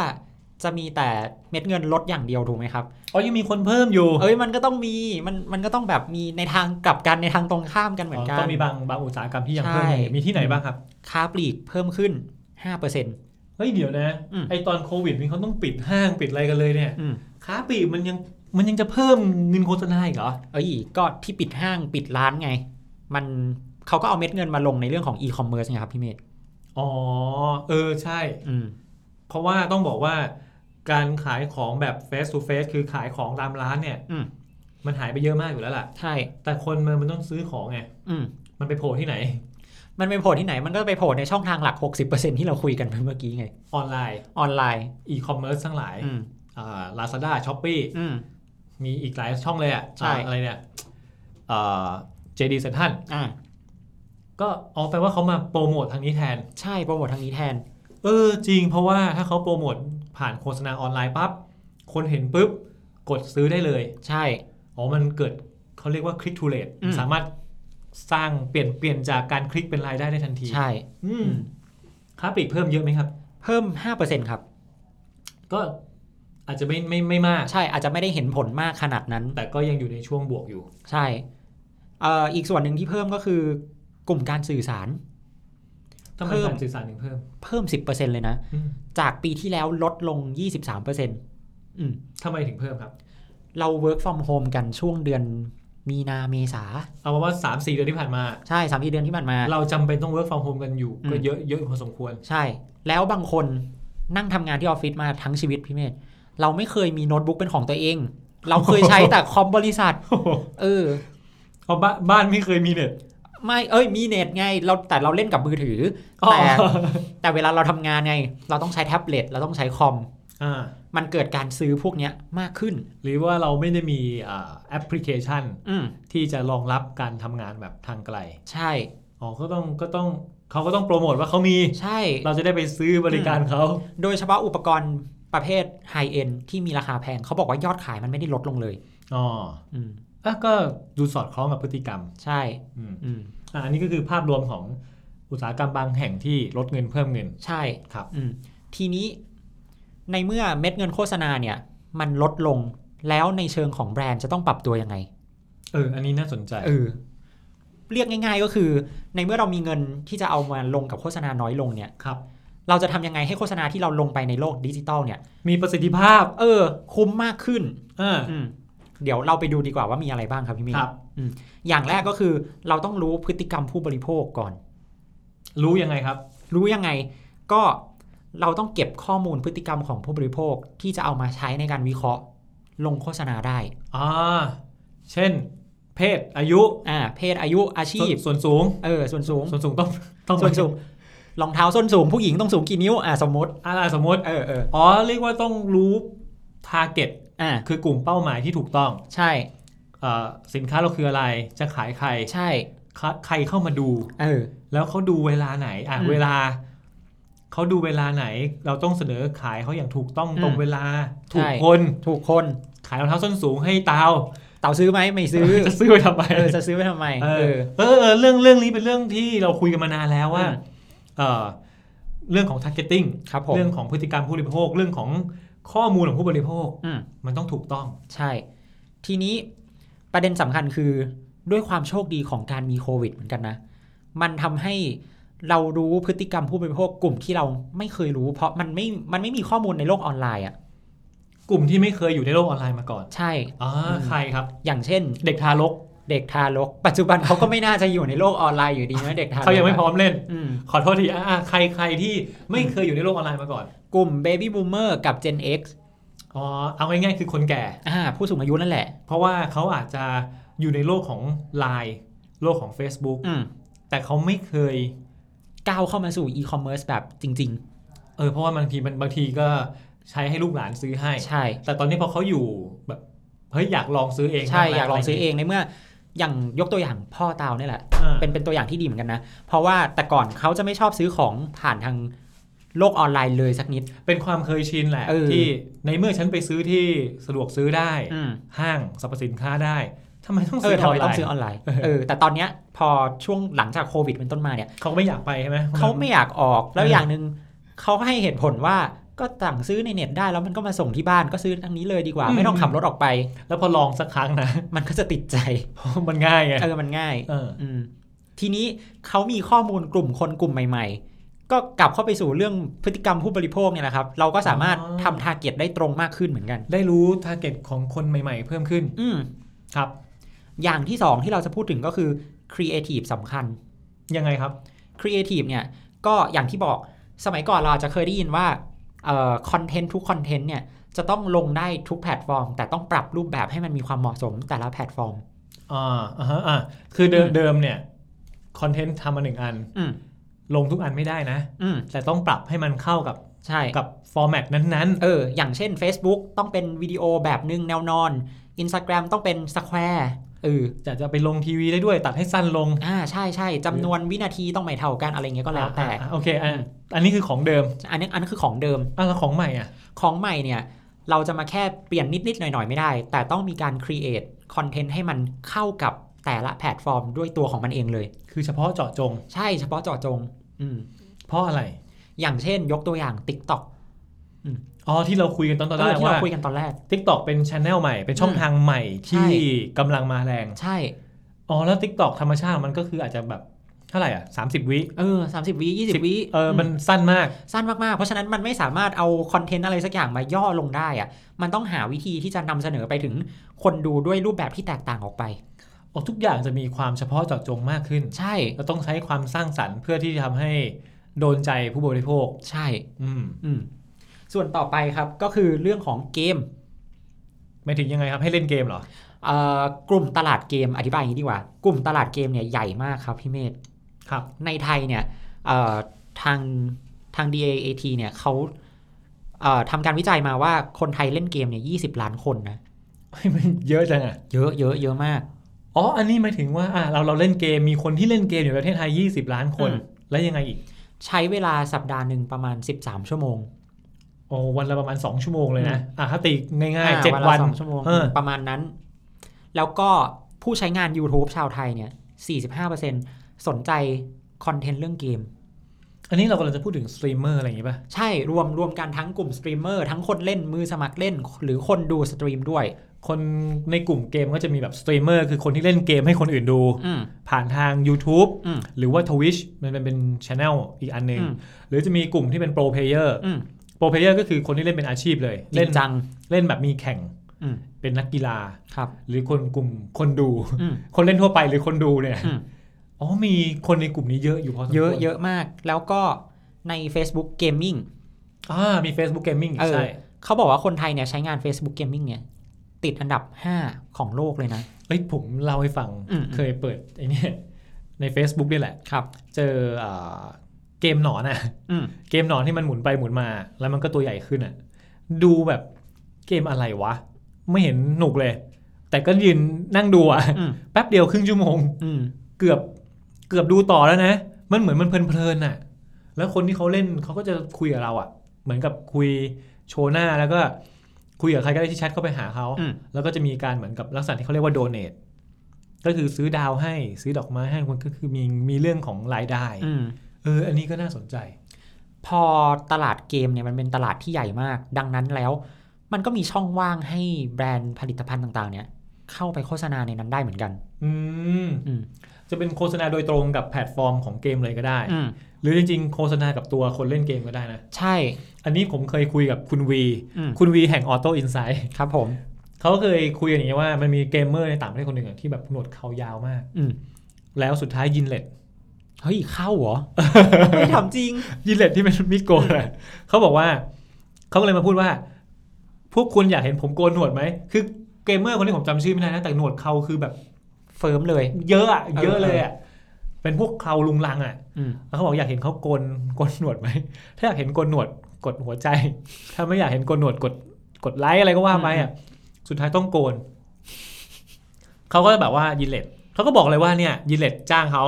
Speaker 2: จะมีแต่เม็ดเงินลดอย่างเดียวถูกไหมครับ
Speaker 3: อ๋อยังมีคนเพิ่มอยู่
Speaker 2: เอ้ย (laughs) มันก็ต้องมีมันมันก็ต้องแบบมีในทางกลับกันในทางตรงข้ามกันเหมือนกัน
Speaker 3: ต้องมีบางบางอุตสาหกรรมที่ยังเพิ่ม
Speaker 2: ใช่
Speaker 3: อยู่มีที่ไหนบ้างครับ
Speaker 2: ค้าปลีกเพิ่มขึ้น 5%
Speaker 3: เฮ้ยเดี๋ยวนะ
Speaker 2: อืม
Speaker 3: ไอตอนโควิดนี่เขาต้องปิดห้างปิดอะไรกันเลยเนี่ย
Speaker 2: อืม
Speaker 3: ค้าปลีกมันยังมันยังจะเพิ่มเงินโฆษณาอีกเหรอ
Speaker 2: เอ้ยก็ที่ปิดห้างปิดร้านไง มันเขาก็เอาเม็ดเงินมาลงในเรื่องของอีคอมเมิร์ซไงครับพี่เมธ
Speaker 3: อ๋อเออใช่
Speaker 2: อืม
Speaker 3: เพราะว่าต้องบอกว่าการขายของแบบ face to face คือขายของตามร้านเนี่ย
Speaker 2: อืม
Speaker 3: มันหายไปเยอะมากอยู่แล้วล่ะ
Speaker 2: ใช่
Speaker 3: แต่คนมันมันต้องซื้อของไง
Speaker 2: อืม
Speaker 3: มันไปโผล่ที่ไหน
Speaker 2: มันไปโผล่ที่ไหนมันก็ไปโผล่ในช่องทางหลัก 60%ที่เราคุยกันไปเมื่อกี้ไง
Speaker 3: ออนไลน์
Speaker 2: ออนไลน์
Speaker 3: อีคอมเมิร์ซทั้งหลาย
Speaker 2: อืม
Speaker 3: อ่า Lazada Shopee
Speaker 2: อืม
Speaker 3: มีอีกหลายช่องเลยอ่ะ
Speaker 2: ใช่
Speaker 3: อ่าอะไรเนี่ยเจดีเซนทัน
Speaker 2: อ่า
Speaker 3: ก็เอาไปลว่าเขามาโปรโมททางนี้แทน
Speaker 2: ใช่โปรโมททางนี้แทน
Speaker 3: เออจริงเพราะว่าถ้าเขาโปรโมทผ่านโฆษณาออนไลน์ปั๊บ คนเห็นปุ๊บ กดซื้อได้เลย
Speaker 2: ใช่
Speaker 3: อ๋อ มันเกิดเขาเรียกว่าคลิกทูเลต
Speaker 2: อืม
Speaker 3: สามารถสร้างเปลี่ยนเปลี่ยนจากการคลิกเป็นรายได้ได้ทันที
Speaker 2: ใช่
Speaker 3: อื
Speaker 2: อื
Speaker 3: ม
Speaker 2: ม
Speaker 3: ค้าปลีกเพิ่มเยอะไหมครับ
Speaker 2: เพิ่ม 5%ครับ
Speaker 3: ก็อาจจะไม่ไม่ไม่มาก
Speaker 2: ใช่อาจจะไม่ได้เห็นผลมากขนาดนั้น
Speaker 3: แต่ก็ยังอยู่ในช่วงบวกอยู่
Speaker 2: ใช่เอ่ออีกส่วนหนึ่งที่เพิ่มก็คือกลุ่มการสื่อสาร
Speaker 3: ทำไม
Speaker 2: เพิ่ม
Speaker 3: การสื่อสารถึงเพิ่ม
Speaker 2: เพิ่ม 10%เลยนะ
Speaker 3: อืม
Speaker 2: จากปีที่แล้วลดลง 23%อืม
Speaker 3: ทำไมถึงเพิ่มครับ
Speaker 2: เรา work from home กันช่วงเดือนมีนาเมษา
Speaker 3: เอาเป็นว่า3ามสี่เดือนที่ผ่านมา
Speaker 2: ใช่สามสี่เดือนที่ผ่านมา
Speaker 3: เราจำเป็นต้อง work from home กันอยู่
Speaker 2: อืม
Speaker 3: ก็เยอะเยอะพอสมควร
Speaker 2: ใช่ แล้วบางคนนั่งทำงานที่ออฟฟิศมาทั้งชีวิตพี่เมธเราไม่เคยมีโน้ตบุ๊กเป็นของตัวเอง เราเคยใช้แต่คอมบริษัท เออ
Speaker 3: (laughs) เพราะบ้านบ้านไม่เคยมีเน็ต
Speaker 2: ไม่เอ้ยมีเน็ตไงเราแต่เราเล่นกับมือถืออแต่
Speaker 3: อ๋อ
Speaker 2: แต่เวลาเราทำงานไง เราต้องใช้แท็บเล็ตเราต้องใช้คอม
Speaker 3: อ่า
Speaker 2: มันเกิดการซื้อพวกเนี้ยมากขึ้น
Speaker 3: หรือว่าเราไม่ได้มีแอปพลิเคชัน
Speaker 2: อืม
Speaker 3: ที่จะรองรับการทำงานแบบทางไกล
Speaker 2: ใช่
Speaker 3: อ๋อ ก็ต้องก็ต้องเขาก็ต้องโปรโมทว่าเขามี
Speaker 2: ใช่
Speaker 3: เราจะได้ไปซื้อบริการเขา
Speaker 2: โดยเฉพาะอุปกรณ์ประเภทไฮเอ็นที่มีราคาแพง เขาบอกว่ายอดขายมันไม่ได้ลดลงเลย
Speaker 3: อ๋อ
Speaker 2: อืม
Speaker 3: อ่ะก็ดูสอดคล้องกับพฤติกรรม
Speaker 2: ใช่
Speaker 3: อืม
Speaker 2: อืม
Speaker 3: อ่ะอันนี้ก็คือภาพรวมของอุตสาหกรรมบางแห่งที่ลดเงินเพิ่มเงิน
Speaker 2: ใช่
Speaker 3: ครับ
Speaker 2: อืมทีนี้ในเมื่อเม็ดเงินโฆษณาเนี่ย มันลดลงแล้วในเชิงของแบรนด์จะต้องปรับตัวยังไง
Speaker 3: เออ อันนี้น่าสนใจ
Speaker 2: เออเรียกง่าย ๆ ก็คือ ในเมื่อเรามีเงินที่จะเอามาลงกับโฆษณาน้อยลงเนี่ย
Speaker 3: ครับ
Speaker 2: เราจะทำยังไงให้โฆษณาที่เราลงไปในโลกดิจิตอลเนี่ย
Speaker 3: มีประสิทธิภาพ
Speaker 2: เออ คุ้มมากขึ้น
Speaker 3: อ่า
Speaker 2: อืมเดี๋ยวเราไปดูดีกว่าว่ามีอะไรบ้างครับพี่มิ้ง
Speaker 3: ครับ
Speaker 2: อืมอย่างแรกก็คือ เราต้องรู้พฤติกรรมผู้บริโภคก่อน
Speaker 3: รู้ยังไงครับ
Speaker 2: รู้ยังไง ก็เราต้องเก็บข้อมูลพฤติกรรมของผู้บริโภคที่จะเอามาใช้ในการวิเคราะห์ ลงโฆษณาได้
Speaker 3: อ่า เช่น เพศ อายุ
Speaker 2: อ่าเพศอายุอาชีพ
Speaker 3: ส่วนส่วนสูง
Speaker 2: เออส่วนสูง
Speaker 3: ส่วนสูงต้องต้อง
Speaker 2: ส่วนสูงรองเท้าส้นสูงผู้หญิงต้องสูงกี่นิ้วอ่าสมมติ
Speaker 3: อ่าสมมติ
Speaker 2: เออเออ
Speaker 3: อ๋อ เรียกว่าต้องรู้ target
Speaker 2: อ่า
Speaker 3: คือกลุ่มเป้าหมายที่ถูกต้อง
Speaker 2: ใช่
Speaker 3: เอ่อสินค้าเราคืออะไร จะขายใคร
Speaker 2: ใช่
Speaker 3: ใครเข้ามาดู
Speaker 2: เออ
Speaker 3: แล้วเขาดูเวลาไหน อ่ะ
Speaker 2: อืม
Speaker 3: เวลา เขาดูเวลาไหน เราต้องเสนอขายเขาอย่างถูกต้องตรง
Speaker 2: อืม
Speaker 3: เวลา ถู
Speaker 2: ใช่
Speaker 3: กคน
Speaker 2: ถูกคน
Speaker 3: ขายรองเท้าส้นสูงให้เตา (laughs)
Speaker 2: เต่าซื้อไหมไม่ซื้อ
Speaker 3: จะซื้อไปทำไม
Speaker 2: เออจะซื้อไปทำไม
Speaker 3: เอ
Speaker 2: เอ
Speaker 3: อ
Speaker 2: อ
Speaker 3: เออเออเรื่องเรื่องนี้เป็นเรื่องที่เราคุยกันมานานแล้วว่า
Speaker 2: อืม
Speaker 3: เออเรื่องของ targeting
Speaker 2: ครับผม
Speaker 3: เรื่องของพฤติกรรมผู้บริโภค เรื่องของข้อมูลของผู้บริโภค
Speaker 2: อืม
Speaker 3: มันต้องถูกต้อง
Speaker 2: ใช่ ทีนี้ประเด็นสำคัญคือด้วยความโชคดีของการมีโควิดเหมือนกันนะ มันทำให้เรารู้พฤติกรรมผู้บริโภคกลุ่มที่เราไม่เคยรู้ เพราะมันไม่มันไม่มีข้อมูลในโลกออนไลน์อ่ะ
Speaker 3: กลุ่มที่ไม่เคยอยู่ในโลกออนไลน์มาก่อน
Speaker 2: ใช่
Speaker 3: อ่า
Speaker 2: อืม
Speaker 3: ใครครับ
Speaker 2: อย่างเช่น
Speaker 3: เด็กทารก
Speaker 2: เด็กทารก ปัจจุบันเขาก็ไม่น่าจะอยู่ในโลกออนไลน์อยู่ดีนะเด็กทารก
Speaker 3: เขายังไม่พร้อมเล่น
Speaker 2: อืม
Speaker 3: ขอโทษทีอ่าใครใครที่ไม่เคยอยู่ในโลกออนไลน์มาก่อน
Speaker 2: กลุ่ม Baby Boomer กับ Gen X
Speaker 3: อ๋อ เอาง่ายๆคือคนแก่
Speaker 2: อ่าผู้สูงอายุนั่นแหละ
Speaker 3: เพราะว่าเขาอาจจะอยู่ในโลกของ Line โลกของ Facebook
Speaker 2: อืม
Speaker 3: แต่เขาไม่เคย
Speaker 2: ก้าวเข้ามาสู่อีคอมเมิร์ซแบบจริง
Speaker 3: เออ เพราะว่าบางทีมันบางทีก็ใช้ให้ลูกหลานซื้อให้
Speaker 2: ๆ ใช่
Speaker 3: แต่ตอนนี้พอเขาอยู่แบบ เฮ้ย อยากลองซื้อเอง
Speaker 2: ใช่
Speaker 3: บ้นะ
Speaker 2: อยากลองซื้อเอ
Speaker 3: ไร
Speaker 2: งในเมื่อ อย่างยกตัวอย่างพ่อเตาเนี่ยแหละ
Speaker 3: ย่างงี้ย
Speaker 2: เป็นเป็นตัวอย่างที่ดีเหมือนกันนะ เพราะว่าแต่ก่อนเขาจะไม่ชอบซื้อของผ่านทางโลกออนไลน์เลยสักนิด
Speaker 3: เป็นความเคยชินแหละ
Speaker 2: เออ
Speaker 3: ที่ในเมื่อฉันไปซื้อที่สะดวกซื้อได้
Speaker 2: อืม
Speaker 3: ห้างสรรพสินค้าได้ทำไมต้อง
Speaker 2: เอ
Speaker 3: ซื้
Speaker 2: อ
Speaker 3: ออ
Speaker 2: ทำ
Speaker 3: อน
Speaker 2: ไม
Speaker 3: ไล
Speaker 2: ต้อง
Speaker 3: น์
Speaker 2: ซื้อออนไลน์เออแต่ตอนเนี้ยพอช่วงหลังจากโควิดเป็นต้นมาเนี่ย
Speaker 3: เขาไม่อยากไปใช่ไหม
Speaker 2: เขาไม่อยากออกแล้ว
Speaker 3: เออ
Speaker 2: อ
Speaker 3: อ
Speaker 2: ย่างหนึ่งเขาให้เหตุผลว่า ก็สั่งซื้อในเน็ตได้แล้วมันก็มาส่งที่บ้านก็ซื้อทางนี้เลยดีกว่า
Speaker 3: อืม
Speaker 2: ไม่ต้องขับรถออกไป
Speaker 3: แล้วพอลองสักครั้งนะ
Speaker 2: มันก็จะติดใจ
Speaker 3: มันง่ายไง
Speaker 2: เออมันง่าย
Speaker 3: เออ
Speaker 2: อืมทีนี้เขามีข้อมูลกลุ่มคนกลุ่มใหม่ ๆ ก็กลับเข้าไปสู่เรื่องพฤติกรรมผู้บริโภคเนี่ยแหละครับ เราก็สามารถ
Speaker 3: อ๋อ
Speaker 2: ทำทาร์เก็ตได้ตรงมากขึ้นเหมือนกัน
Speaker 3: ได้รู้ทาร์เก็ตของคนใหม่ ๆ เพิ่มขึ้น
Speaker 2: อืม
Speaker 3: ครับ
Speaker 2: อย่างที่สองที่เราจะพูดถึงก็คือครีเอทีฟสำคัญ
Speaker 3: ยังไงครับ
Speaker 2: ครีเอทีฟเนี่ยก็อย่างที่บอกสมัยก่อนเราอาจจะเคยได้ยินว่าเอ่อคอนเทนต์ทุกคอนเทนต์เนี่ยจะต้องลงได้ทุกแพลตฟอร์ม แต่ต้องปรับรูปแบบให้มันมีความเหมาะสมแต่ละแพลตฟอร์ม
Speaker 3: อ่าอ่าฮะอ่าคือเดิม
Speaker 2: อืม
Speaker 3: เดิมเนี่ยคอนเทนต์ทำมาหนึ่งอัน
Speaker 2: อืม
Speaker 3: ลงทุกอันไม่ได้นะ
Speaker 2: อืม
Speaker 3: แต่ต้องปรับให้มันเข้ากับ
Speaker 2: ใช่
Speaker 3: กับฟอร์แมตนั้น
Speaker 2: เออ อย่างเช่น Facebook ต้องเป็นวิดีโอแบบหนึ่งแนวนอน Instagram ต้องเป็นสแควร์เออ
Speaker 3: ๆจะจะไปลงทีวีได้ด้วยตัดให้สั้นลง
Speaker 2: อ่า ใช่ใช่จำนวนวินาทีต้องไม่เท่ากันอะไรเงี้ยก็แล้วแต่
Speaker 3: อ่าอ่าโอเคอันอันนี้คือของเดิม
Speaker 2: อันนี้อันนี้คือของเดิม
Speaker 3: อ่ะแล้วของใหม่อ่ะ
Speaker 2: ของใหม่เนี่ย เราจะมาแค่เปลี่ยนนิด ๆ หน่อย ๆ ไม่ได้ แต่ต้องมีการ create คอนเทนต์ให้มันเข้ากับแต่ละแพลตฟอร์มด้วยตัวของมันเองเลย
Speaker 3: คือเฉพาะเจาะจง
Speaker 2: ใช่เฉพาะเจาะจง อืม
Speaker 3: เพราะอะไร
Speaker 2: อย่างเช่นยกตัวอย่าง TikTok
Speaker 3: อ๋อที่เราคุยกันตอนตอน
Speaker 2: เอ
Speaker 3: แร
Speaker 2: อก ที่เรา
Speaker 3: ว่า
Speaker 2: คุยกันตอนแรก
Speaker 3: t ิ k t o k เป็นช anel ใหม่ เป็นช่องทางใหม่ที่
Speaker 2: ใช่
Speaker 3: กำลังมาแรง
Speaker 2: ใช่
Speaker 3: อ๋อแล้ว t ิ k t o k ธรรมชาติมันก็คืออาจจะแบบเท่าไหร่อ่ะ30 วิ
Speaker 2: เออ30วิ20วิ
Speaker 3: เออมันสั้นมาก
Speaker 2: สั้นมาก ๆ เพราะฉะนั้นมันไม่สามารถเอาคอนเทนต์อะไรสักอย่างมาย่อลงได้อะมันต้องหาวิธีที่จะนำเสนอไปถึงคนดูด้วยรูปแบบที่แตกต่างออกไป
Speaker 3: ออทุกอย่างจะมีความเฉพาะเจาะจงมากขึ้น
Speaker 2: ใช่
Speaker 3: เราต้องใช้ความสร้างสรรค์เพื่อที่จะทำให้โดนใจผู้บริโภค
Speaker 2: ใช่
Speaker 3: อืม
Speaker 2: อืม ส่วนต่อไปครับก็คือเรื่องของเกม
Speaker 3: ไม่ถึงยังไงครับให้เล่นเกมเหรอ
Speaker 2: เอ่อกลุ่มตลาดเกมอธิบายอย่างนี้ดีกว่า กลุ่มตลาดเกมเนี่ยใหญ่มากครับพี่เมธ
Speaker 3: ครับ
Speaker 2: ในไทยเนี่ยเอ่อทางทาง DAAT เนี่ยเขาเอ่อทำการวิจัยมาว่าคนไทยเล่นเกมเนี่ยยีล้านคนนะ
Speaker 3: เฮ้ยมันเยอะจังอ่ะ
Speaker 2: (laughs) เยอะเยอะเยอะมาก
Speaker 3: อ๋ออันนี้หมายถึงว่าอ่ะเราเราเล่นเกมมีคนที่เล่นเกมอยู่ในประเทศไทย 20 ล้านคน
Speaker 2: อืม
Speaker 3: แล้วยังไงอีก
Speaker 2: ใช้เวลาสัปดาห์หนึ่งประมาณ 13 ชั่วโมง
Speaker 3: โอ้วันละประมาณ 2 ชั่วโมงเลยนะอ่ะถ้าตีง่าย
Speaker 2: อ่
Speaker 3: ๆเจ็ด
Speaker 2: ละ
Speaker 3: วัน
Speaker 2: สองชั่วโมง
Speaker 3: เออ
Speaker 2: ประมาณนั้น แล้วก็ผู้ใช้งาน YouTube ชาวไทยเนี่ย 45%สนใจคอนเทนต์เรื่องเกม
Speaker 3: อันนี้เรากำลังจะพูดถึงสตรีมเมอร์อะไรอย่างงี้ป่ะ
Speaker 2: ใช่รวมรวมกันทั้งกลุ่มสตรีมเมอร์ทั้งคนเล่นมือสมัครเล่น หรือคนดูสตรีมด้วย
Speaker 3: คนในกลุ่มเกมก็จะมีแบบสตรีมเมอร์คือคนที่เล่นเกมให้คนอื่นดู
Speaker 2: อืม
Speaker 3: ผ่านทาง YouTube
Speaker 2: อืม
Speaker 3: หรือว่า Twitch มันเป็นเป็นช anel อีกอันหนึ่ง
Speaker 2: อืม
Speaker 3: หรือจะมีกลุ่มที่เป็นโปรเพลเยอร์
Speaker 2: อืม
Speaker 3: โปรเพลเยอร์ก็คือคนที่เล่นเป็นอาชีพเลย
Speaker 2: จริ
Speaker 3: เล่น
Speaker 2: งจัง
Speaker 3: เล่นแบบมีแข่ง
Speaker 2: อืม
Speaker 3: เป็นนักกีฬา
Speaker 2: ครับ
Speaker 3: หรือคนกลุ่มคนดู (laughs)
Speaker 2: อืม
Speaker 3: คนเล่นทั่วไปหรือคนดูเนี่ย
Speaker 2: อืม
Speaker 3: อ๋อมีคนในกลุ่มนี้เยอะอยู่พอสมควร
Speaker 2: เยอะเยอะมาก แล้วก็ใน Facebook Gaming
Speaker 3: อ่ามี Facebook Gaming
Speaker 2: เออ
Speaker 3: ใช่
Speaker 2: เขาบอกว่าคนไทยเนี่ยใช้งาน Facebook Gaming เนี่ย ติดอันดับ 5 ของโลกเลยนะ
Speaker 3: เอ้ยผมเล่าให้ฟัง
Speaker 2: อืม
Speaker 3: เคยเปิดไอ้เนี่ยใน Facebook นี่แหละ
Speaker 2: ครับ
Speaker 3: เจออ่าเกมหนอนอะ
Speaker 2: อืม
Speaker 3: เกมหนอนที่มันหมุนไปหมุนมา แล้วมันก็ตัวใหญ่ขึ้นอะดูแบบเกมอะไรวะ ไม่เห็นหนุกเลย แต่ก็ยืนนั่งดูอะ
Speaker 2: อืม
Speaker 3: แป๊บเดียวครึ่งชั่วโมง
Speaker 2: อืม
Speaker 3: เกือบเกือบดูต่อแล้วนะ มันเหมือนมันเพลินๆน่ะ แล้วคนที่เขาเล่นเขาก็จะคุยกับเราอ่ะ เหมือนกับคุยโชว์หน้าแล้วก็คุยกับใครก็ได้ที่แชทเข้าไปหาเขา
Speaker 2: อืม
Speaker 3: แล้วก็จะมีการเหมือนกับลักษณะที่เขาเรียกว่าโดเนทก็คือซื้อดาวให้ซื้อดอกไม้ให้มันก็คือมีมีเรื่องของรายได้
Speaker 2: อืม
Speaker 3: เออ อันนี้ก็น่าสนใจ
Speaker 2: พอตลาดเกมเนี่ยมันเป็นตลาดที่ใหญ่มาก ดังนั้นแล้ว มันก็มีช่องว่างให้แบรนด์ผลิตภัณฑ์ต่างๆ เนี่ย เข้าไปโฆษณาในนั้นได้เหมือนกัน
Speaker 3: อืม
Speaker 2: อืม
Speaker 3: จะเป็นโฆษณาโดยตรงกับแพลตฟอร์มของเกมเลยก็ได้
Speaker 2: อืม
Speaker 3: หรือจริงๆโฆษณากับตัวคนเล่นเกมก็ได้นะ
Speaker 2: ใช่
Speaker 3: อันนี้ผมเคยคุยกับคุณวี
Speaker 2: อืม
Speaker 3: คุณวีแห่ง Auto Insight
Speaker 2: ครับผม
Speaker 3: เขาเคยคุยกันอย่างเงี้ยว่ามันมีเกมเมอร์ในต่างประเทศคนหนึ่งอะที่แบบหนวดเขายาวมาก
Speaker 2: อืม
Speaker 3: แล้วสุดท้ายยินเล็ด
Speaker 2: เฮ้ย เข้าเหรอ (laughs) ไม่ทำจริง
Speaker 3: ยินเล็ดที่เป็นมิดโกนอะเขาบอกว่าเขาก็เลยมาพูดว่า พวกคุณอยากเห็นผมโกนหนวดไหมคือเกมเมอร์คนนี้ผมจำชื่อไม่ได้นะแต่หนวดเขาคือแบบ
Speaker 2: เฟิร์มเลย
Speaker 3: เยอะอะเยอะ
Speaker 2: เออ
Speaker 3: เลยอะเป็นพวกเขาลุงลังอะ
Speaker 2: อืม
Speaker 3: แล้วเขาบอกอยากเห็นเขาโกนโกนหนวดไหมถ้าอยากเห็นโกนหนวดกดหัวใจ ถ้าไม่อยากเห็นโกนหนวดกดกดไลค์อะไรก็ว่าไปอะสุดท้ายต้องโกนเขาก็แบบว่ายินเล็ดเขาก็บอกเลยว่าเนี่ยยินเล็ดจ้างเขา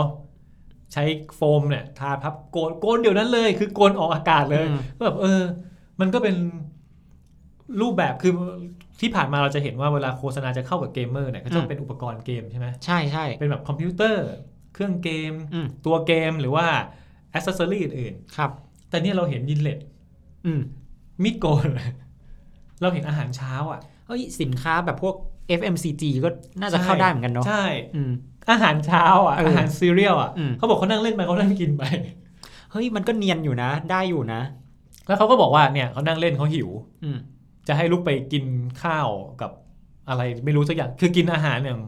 Speaker 3: ใช้โฟมเนี่ยทาพับโกนโกนเดี๋ยวนั้นเลย คือโกนออกอากาศเลย
Speaker 2: อืม
Speaker 3: ก็แบบเออ มันก็เป็นรูปแบบคือที่ผ่านมาเราจะเห็นว่าเวลาโฆษณาจะเข้ากับเกมเมอร์เนี่ยก็จะเป็นอุปกรณ์เกมใช่ไหม
Speaker 2: ใช่ใช่
Speaker 3: เป็นแบบคอมพิวเตอร์ เครื่องเกม
Speaker 2: อืม
Speaker 3: ตัวเกมหรือว่าอ c เซสซอรี่อื่น
Speaker 2: ครับ
Speaker 3: ๆ แต่เนี่ยเราเห็นยินเล็ต
Speaker 2: อืม
Speaker 3: มีดโกน (laughs) เราเห็นอาหารเช้าอ่ะ
Speaker 2: เฮ้ยสินค้าแบบพวก FMCG ก็น่าจะเข้าได้เหมือนกันเนาะ
Speaker 3: ใช่
Speaker 2: อืม
Speaker 3: อาหารเช้าอ่ะ
Speaker 2: เอออ
Speaker 3: อาหารซีเรียลอ่ะ
Speaker 2: อืม
Speaker 3: เขาบอกเขานั่งเล่นไปเขา (laughs) นั่งกินไป
Speaker 2: เฮ้ยมันก็เนียนอยู่นะ ได้อยู่นะ
Speaker 3: แล้วเขาก็บอกว่าเนี่ยเขานั่งเล่นเขาหิว
Speaker 2: อืม
Speaker 3: จะให้ลุกไปกินข้าวกับอะไรไม่รู้สักอย่าง คือกินอาหารอย่าง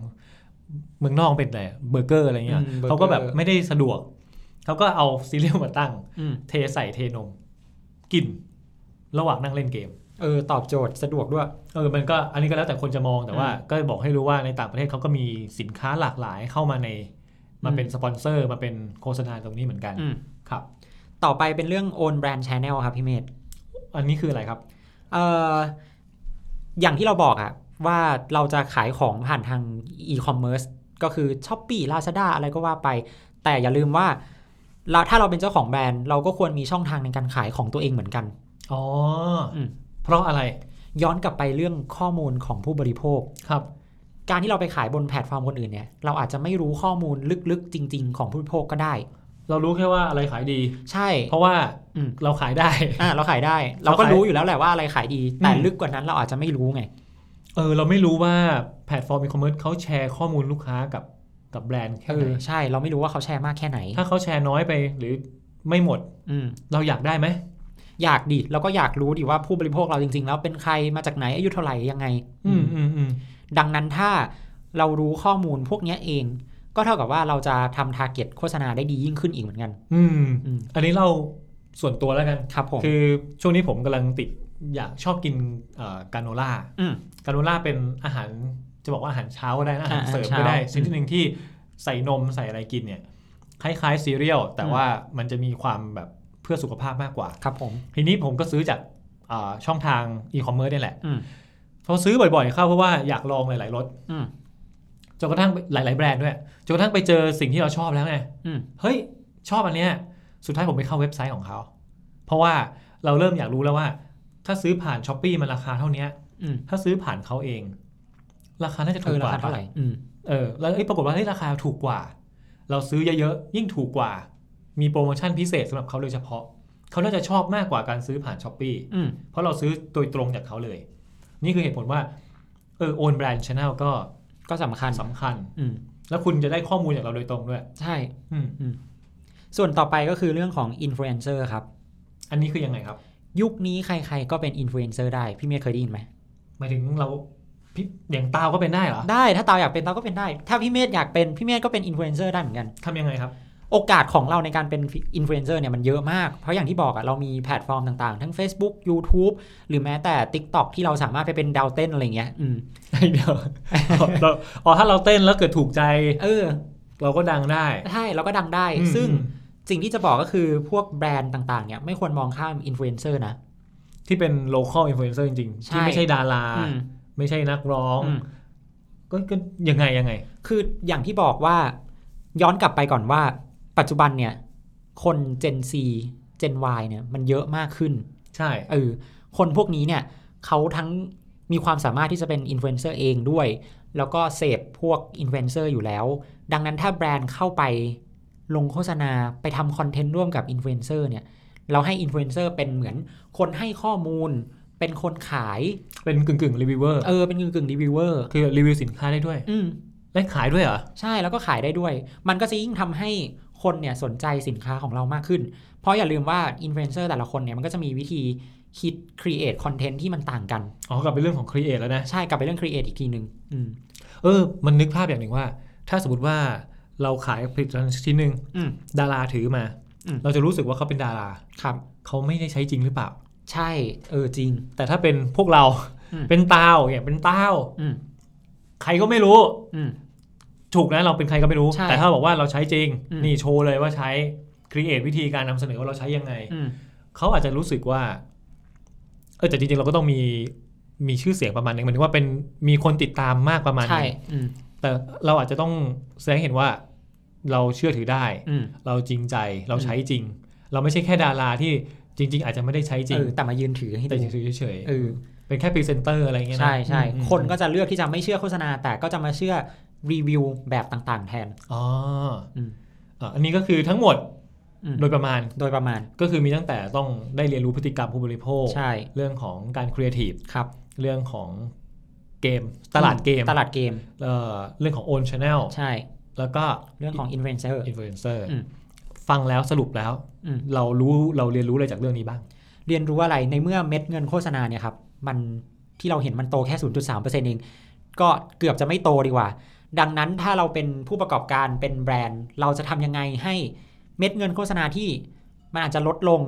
Speaker 3: เมืองนอกเป็นอะไรเบอร์เกอร์อะไรเงี้ย
Speaker 2: อืมเบอร์เกอร์
Speaker 3: เขาก็แบบไม่ได้สะดวก เขาก็เอาซีเรียลมาตั้ง
Speaker 2: อืม
Speaker 3: เทใส่เทนม กิน ระหว่างนั่งเล่นเกม
Speaker 2: เออตอบโจทย์สะดวกด้วย
Speaker 3: เออมันก็อันนี้ก็แล้วแต่คนจะมองแต่ว่า
Speaker 2: อืม
Speaker 3: ก็บอกให้รู้ว่าในต่างประเทศเขาก็มีสินค้าหลากหลายเข้ามาในมาเป็น
Speaker 2: อืม
Speaker 3: สปอนเซอร์มาเป็นโฆษณาตรงนี้เหมือนกัน
Speaker 2: อืม
Speaker 3: ครับ
Speaker 2: ต่อไปเป็นเรื่อง Own Brand Channel ครับพี่เมธ
Speaker 3: อันนี้คืออะไรครับ
Speaker 2: เอ่ออย่างที่เราบอกอะว่าเราจะขายของผ่านทางอีคอมเมิร์ซก็คือ s h o p e e Lazada อะไรก็ว่าไป แต่อย่าลืมว่าเราถ้าเราเป็นเจ้าของแบรนด์ เราก็ควรมีช่องทางในการขายของตัวเองเหมือนกัน
Speaker 3: อ๋ออ
Speaker 2: ม
Speaker 3: เพราะอะไร
Speaker 2: ย้อนกลับไปเรื่องข้อมูลของผู้บริโภค
Speaker 3: ครับ
Speaker 2: การที่เราไปขายบนแพลตฟอร์มคนอื่นเนี่ยเราอาจจะไม่รู้ข้อมูลลึกๆ จริง ๆ ของผู้บริโภคก็ได้
Speaker 3: เรารู้แค่ว่าอะไรขายดี
Speaker 2: ใช่
Speaker 3: เพราะว่า
Speaker 2: อืม
Speaker 3: เราขายได้ (laughs)
Speaker 2: อ่ะเราขายได้ เราก็รู้อยู่แล้วแหละว่าอะไรขายดี แต่
Speaker 3: อืม
Speaker 2: ลึกกว่านั้นเราอาจจะไม่รู้ไง
Speaker 3: เออเราไม่รู้ว่าแพลตฟอร์มอีคอมเมิร์ซเขาแชร์ข้อมูลลูกค้ากับกับแบรนด์แค่
Speaker 2: เอ
Speaker 3: ไหน
Speaker 2: อใช่เราไม่รู้ว่าเขาแชร์มากแค่ไหน
Speaker 3: ถ้าเขาแชร์น้อยไปหรือไม่หมด
Speaker 2: อืม
Speaker 3: เราอยากได้ไหม
Speaker 2: อยากดิแล้วก็อยากรู้ดิว่าผู้บริโภคเราจริง ๆ แล้วเป็นใครมาจากไหนอายุเท่าไหร่ยังไง
Speaker 3: อืมอืมอืม
Speaker 2: ดังนั้นถ้าเรารู้ข้อมูลพวกเนี้ยเอง ก็เท่ากับว่าเราจะทำทาร์เก็ตโฆษณาได้ดียิ่งขึ้นอีกเหมือนกัน
Speaker 3: อืม
Speaker 2: อืม
Speaker 3: อันนี้เราส่วนตัวแล้วกัน
Speaker 2: ครับผม
Speaker 3: คือช่วงนี้ผมกำลังติดอยากชอบกินกาโนล่า
Speaker 2: อืม
Speaker 3: กาโนล่าเป็นอาหารจะบอกว่าอาหารเช้าก็ได้นะอาหาร
Speaker 2: อ่า
Speaker 3: เสริม
Speaker 2: อาหาร
Speaker 3: ก็ได้
Speaker 2: เช้า
Speaker 3: ชนิดหนึ่งที่ใส่นมใส่อะไรกินเนี่ยคล้ายๆซีเรียลแต่ว่ามันจะมีความแบบเพื่อสุขภาพมากกว่า
Speaker 2: ครับผม
Speaker 3: ทีนี้ผมก็ซื้อจากอ่าช่องทางอีคอมเมิร์ซนี่แหละ
Speaker 2: อืม
Speaker 3: พอซื้อบ่อยๆเข้าเพราะว่าอยากลองหลายๆรส
Speaker 2: อืม
Speaker 3: จนกระทั่งหลายๆแบรนด์ด้วยจนกระทั่งไปเจอสิ่งที่เราชอบแล้วไง
Speaker 2: อืม
Speaker 3: เฮ้ยชอบอันเนี้ยสุดท้ายผมไปเข้าเว็บไซต์ของเขา เพราะว่าเราเริ่มอยากรู้แล้วว่า ถ้าซื้อผ่านช้อปปีมันราคาเท่าเนี้ย
Speaker 2: อืม
Speaker 3: ถ้าซื้อผ่านเขาเอง ราคาน่าจะ
Speaker 2: เอ
Speaker 3: ถูก
Speaker 2: อก รา
Speaker 3: ว่า
Speaker 2: คาเท่าไหร่อืม
Speaker 3: เออแล้วเอ้ยปรากฏว่าเฮ้ยราคาถูกกว่า เราซื้อเยอะๆยิ่งถูกกว่า มีโปรโมชั่นพิเศษสำหรับเขาโดยเฉพาะเขาน่าจะชอบมากกว่าการซื้อผ่านช้อปปี
Speaker 2: อืม
Speaker 3: เพราะเราซื้อโดยตรงจากเขาเลย นี่คือเหตุผลว่าเออโอนแบรนด์ชาแนลก็
Speaker 2: ก็สำคัญ
Speaker 3: สำคัญ
Speaker 2: อืม
Speaker 3: แล้วคุณจะได้ข้อมูลจากเราโดยตรงด้วย
Speaker 2: ใช่
Speaker 3: อืม
Speaker 2: ส่วนต่อไปก็คือเรื่องของอินฟลูเอนเซอร์ครับ
Speaker 3: อันนี้คือยังไงครับ
Speaker 2: ยุคนี้ใคร ๆ ก็เป็นอินฟลูเอนเซอร์ได้ พี่เมย์เคยได้ยินไหม
Speaker 3: หมายถึงเราพี่อย่างตาวก็เป็นได้เหรอ
Speaker 2: ได้ถ้าตาวอยากเป็นตาวก็เป็นได้ ถ้าพี่เมธอยากเป็นพี่เมธก็เป็นอินฟลูเอนเซอร์ได้เหมือนกัน
Speaker 3: ทำยังไงครับ
Speaker 2: โอกาสของเราในการเป็นอินฟลูเอนเซอร์เนี่ยมันเยอะมาก เพราะอย่างที่บอกอะเรามีแพลตฟอร์มต่างๆ ทั้ง Facebook YouTube หรือแม้แต่ TikTok ที่เราสามารถไปเป็นดาวเต้นอะไรเงี้ยอืม
Speaker 3: (laughs) เดี๋ยวเราอ๋อถ้าเราเต้นแล้วเกิดถูกใจ
Speaker 2: เออ
Speaker 3: เราก็ดังได้
Speaker 2: ใช่เราก็ดังได้
Speaker 3: อืม
Speaker 2: ซึ่งสิ่งที่จะบอกก็คือพวกแบรนด์ต่างๆเนี่ยไม่ควรมองข้ามอินฟลูเอนเซอร์นะ
Speaker 3: ที่เป็น local influencer จริงๆ
Speaker 2: ใช่
Speaker 3: ที่ไม่ใช่ดารา
Speaker 2: อืม
Speaker 3: ไม่ใช่นักร้อง
Speaker 2: อืม
Speaker 3: ก็ก็ยังไงยังไง
Speaker 2: คืออย่างที่บอกว่าย้อนกลับไปก่อนว่า ปัจจุบันเนี่ยคน Gen C Gen Y เนี่ยมันเยอะมากขึ้น
Speaker 3: ใช่
Speaker 2: เออคนพวกนี้เนี่ยเขาทั้งมีความสามารถที่จะเป็นอินฟลูเอนเซอร์เองด้วย แล้วก็เสพพวกอินฟลูเอนเซอร์อยู่แล้ว ดังนั้นถ้าแบรนด์เข้าไปลงโฆษณาไปทำคอนเทนต์ร่วมกับอินฟลูเอนเซอร์เนี่ย เราให้อินฟลูเอนเซอร์เป็นเหมือนคนให้ข้อมูล เป็นคนขาย
Speaker 3: เป็นกึ่งกึ่งรีวิวเวอร์
Speaker 2: เออ เป็นกึ่งกึ่งรีวิวเวอร์
Speaker 3: คือรีวิวสินค้าได้ด้วย
Speaker 2: อืม
Speaker 3: และขายด้วยเหรอ
Speaker 2: ใช่แล้วก็ขายได้ด้วย มันก็จะยิ่งทำให้คนเนี่ยสนใจสินค้าของเรามากขึ้น เพราะอย่าลืมว่าอินฟลูเอนเซอร์แต่ละคนเนี่ยมันก็จะมีวิธีคิดครีเอทคอนเทนต์ที่มันต่างกัน
Speaker 3: อ๋อกลับไปเรื่องของครีเอทแล้วนะ
Speaker 2: ใช่กลับไปเรื่องครีเอทอีกทีหนึ่งอืม
Speaker 3: เออ มันนึกภาพอย่างหนึ่งว่า ถ้าสมมติว่าเราขายผลิตภัณฑ์ชิ้นหนึ่ง
Speaker 2: อืม
Speaker 3: ดาราถือมา
Speaker 2: อืม
Speaker 3: เราจะรู้สึกว่าเขาเป็นดารา
Speaker 2: ครับ
Speaker 3: เขาไม่ได้ใช้จริงหรือเปล่า
Speaker 2: ใช่เออจริง
Speaker 3: แต่ถ้าเป็นพวกเรา (laughs)
Speaker 2: อืม
Speaker 3: เป็นตาวอย่างเป็นตาว
Speaker 2: อืม
Speaker 3: ใครก็ไม่รู้
Speaker 2: อืม
Speaker 3: ถูกนะเราเป็นใครก็ไม่รู้
Speaker 2: ใช่
Speaker 3: แต่ถ้าบอกว่าเราใช้จริง
Speaker 2: อืม
Speaker 3: นี่โชว์เลยว่าใช้ครีเอทวิธีการนำเสนอว่าเราใช้ยังไง
Speaker 2: อืม
Speaker 3: เขาอาจจะรู้สึกว่า เออแต่จริงๆเราก็ต้องมีมีชื่อเสียงประมาณหนึงหมายถึงว่าเป็นมีคนติดตามมากประมาณห
Speaker 2: ใช่
Speaker 3: นึง
Speaker 2: อืม
Speaker 3: แต่เราอาจจะต้องแสดงให้เห็นว่าเราเชื่อถือได้
Speaker 2: อืม
Speaker 3: เราจริงใจเราใช้จริง เราไม่ใช่แค่ดาราที่จริง ๆ อาจจะไม่ได้ใช้จริ
Speaker 2: เอง อแต่มายืนถือให้
Speaker 3: แต่
Speaker 2: ดู
Speaker 3: เฉย
Speaker 2: เออ
Speaker 3: ๆเป็นแค่พรีเซนเตอร์อะไรเงี้ยนะ
Speaker 2: ใช่ใช่
Speaker 3: อืม
Speaker 2: คนก็จะเลือกที่จะไม่เชื่อโฆษณา แต่ก็จะมาเชื่อรีวิวแบบต่างๆ แทน
Speaker 3: อ๋ออ
Speaker 2: ม
Speaker 3: อ่ะอันนี้ก็คือทั้งหมด
Speaker 2: อืม
Speaker 3: โดยประมาณ
Speaker 2: โดยประมาณ
Speaker 3: ก็คือมีตั้งแต่ต้องได้เรียนรู้พฤติกรรมผู้บริโภค
Speaker 2: ใช่
Speaker 3: เรื่องของการครีเอทีฟ
Speaker 2: ครับ
Speaker 3: เรื่องของเกม ตลาดเกม
Speaker 2: ตลาดเกม
Speaker 3: เอ่อเรื่องของโอนช n แนล
Speaker 2: ใช่
Speaker 3: แล้วก็
Speaker 2: เรื่องของอินฟลูเอนเซอร์
Speaker 3: อินฟลูเอนเซอร์
Speaker 2: อืม
Speaker 3: ฟังแล้วสรุปแล้ว เรารู้เราเรียนรู้อะไรจากเรื่องนี้บ้าง
Speaker 2: เรียนรู้อะไรในเมื่อเม็ดเงินโฆษณาเนี่ยครับ มันที่เราเห็นมันโตแค่ 0.3%เอง ก็เกือบจะไม่โตดีกว่า ดังนั้นถ้าเราเป็นผู้ประกอบการเป็นแบรนด์ เราจะทำยังไงให้เม็ดเงินโฆษณาที่มันอาจจะลดลง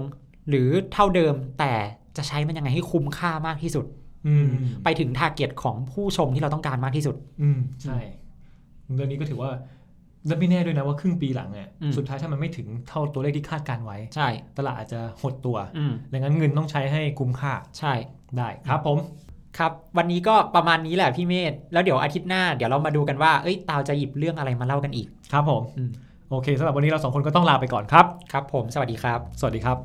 Speaker 2: หรือเท่าเดิม แต่จะใช้มันยังไงให้คุ้มค่ามากที่สุด
Speaker 3: อืม
Speaker 2: ไปถึงทาร์เก็ตของผู้ชมที่เราต้องการมากที่สุด
Speaker 3: อืมใช่เรื่องนี้ก็ถือว่าแล้วไม่แน่ด้วยนะว่าครึ่งปีหลังเนี่ย
Speaker 2: อืม
Speaker 3: สุดท้ายถ้ามันไม่ถึงเท่าตัวเลขที่คาดการไว้
Speaker 2: ใช่
Speaker 3: ตลาดอาจจะหดตัว
Speaker 2: อืม
Speaker 3: ดังนั้นเงินต้องใช้ให้คุ้มค่า
Speaker 2: ใช่
Speaker 3: ได้ครับผม
Speaker 2: ครับ วันนี้ก็ประมาณนี้แหละพี่เมธแล้วเดี๋ยวอาทิตย์หน้าเดี๋ยวเรามาดูกันว่าเอ้ยตาวจะหยิบเรื่องอะไรมาเล่ากันอีก
Speaker 3: ครับผม
Speaker 2: อืม
Speaker 3: โอเคสำหรับวันนี้เราสองคนก็ต้องลาไปก่อนครับ
Speaker 2: ครับผมสวัสดีครับ
Speaker 3: สวัสดีครับ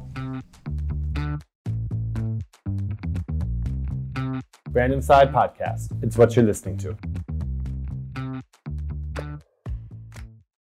Speaker 1: Brand Inside Podcast. It's what you're listening to.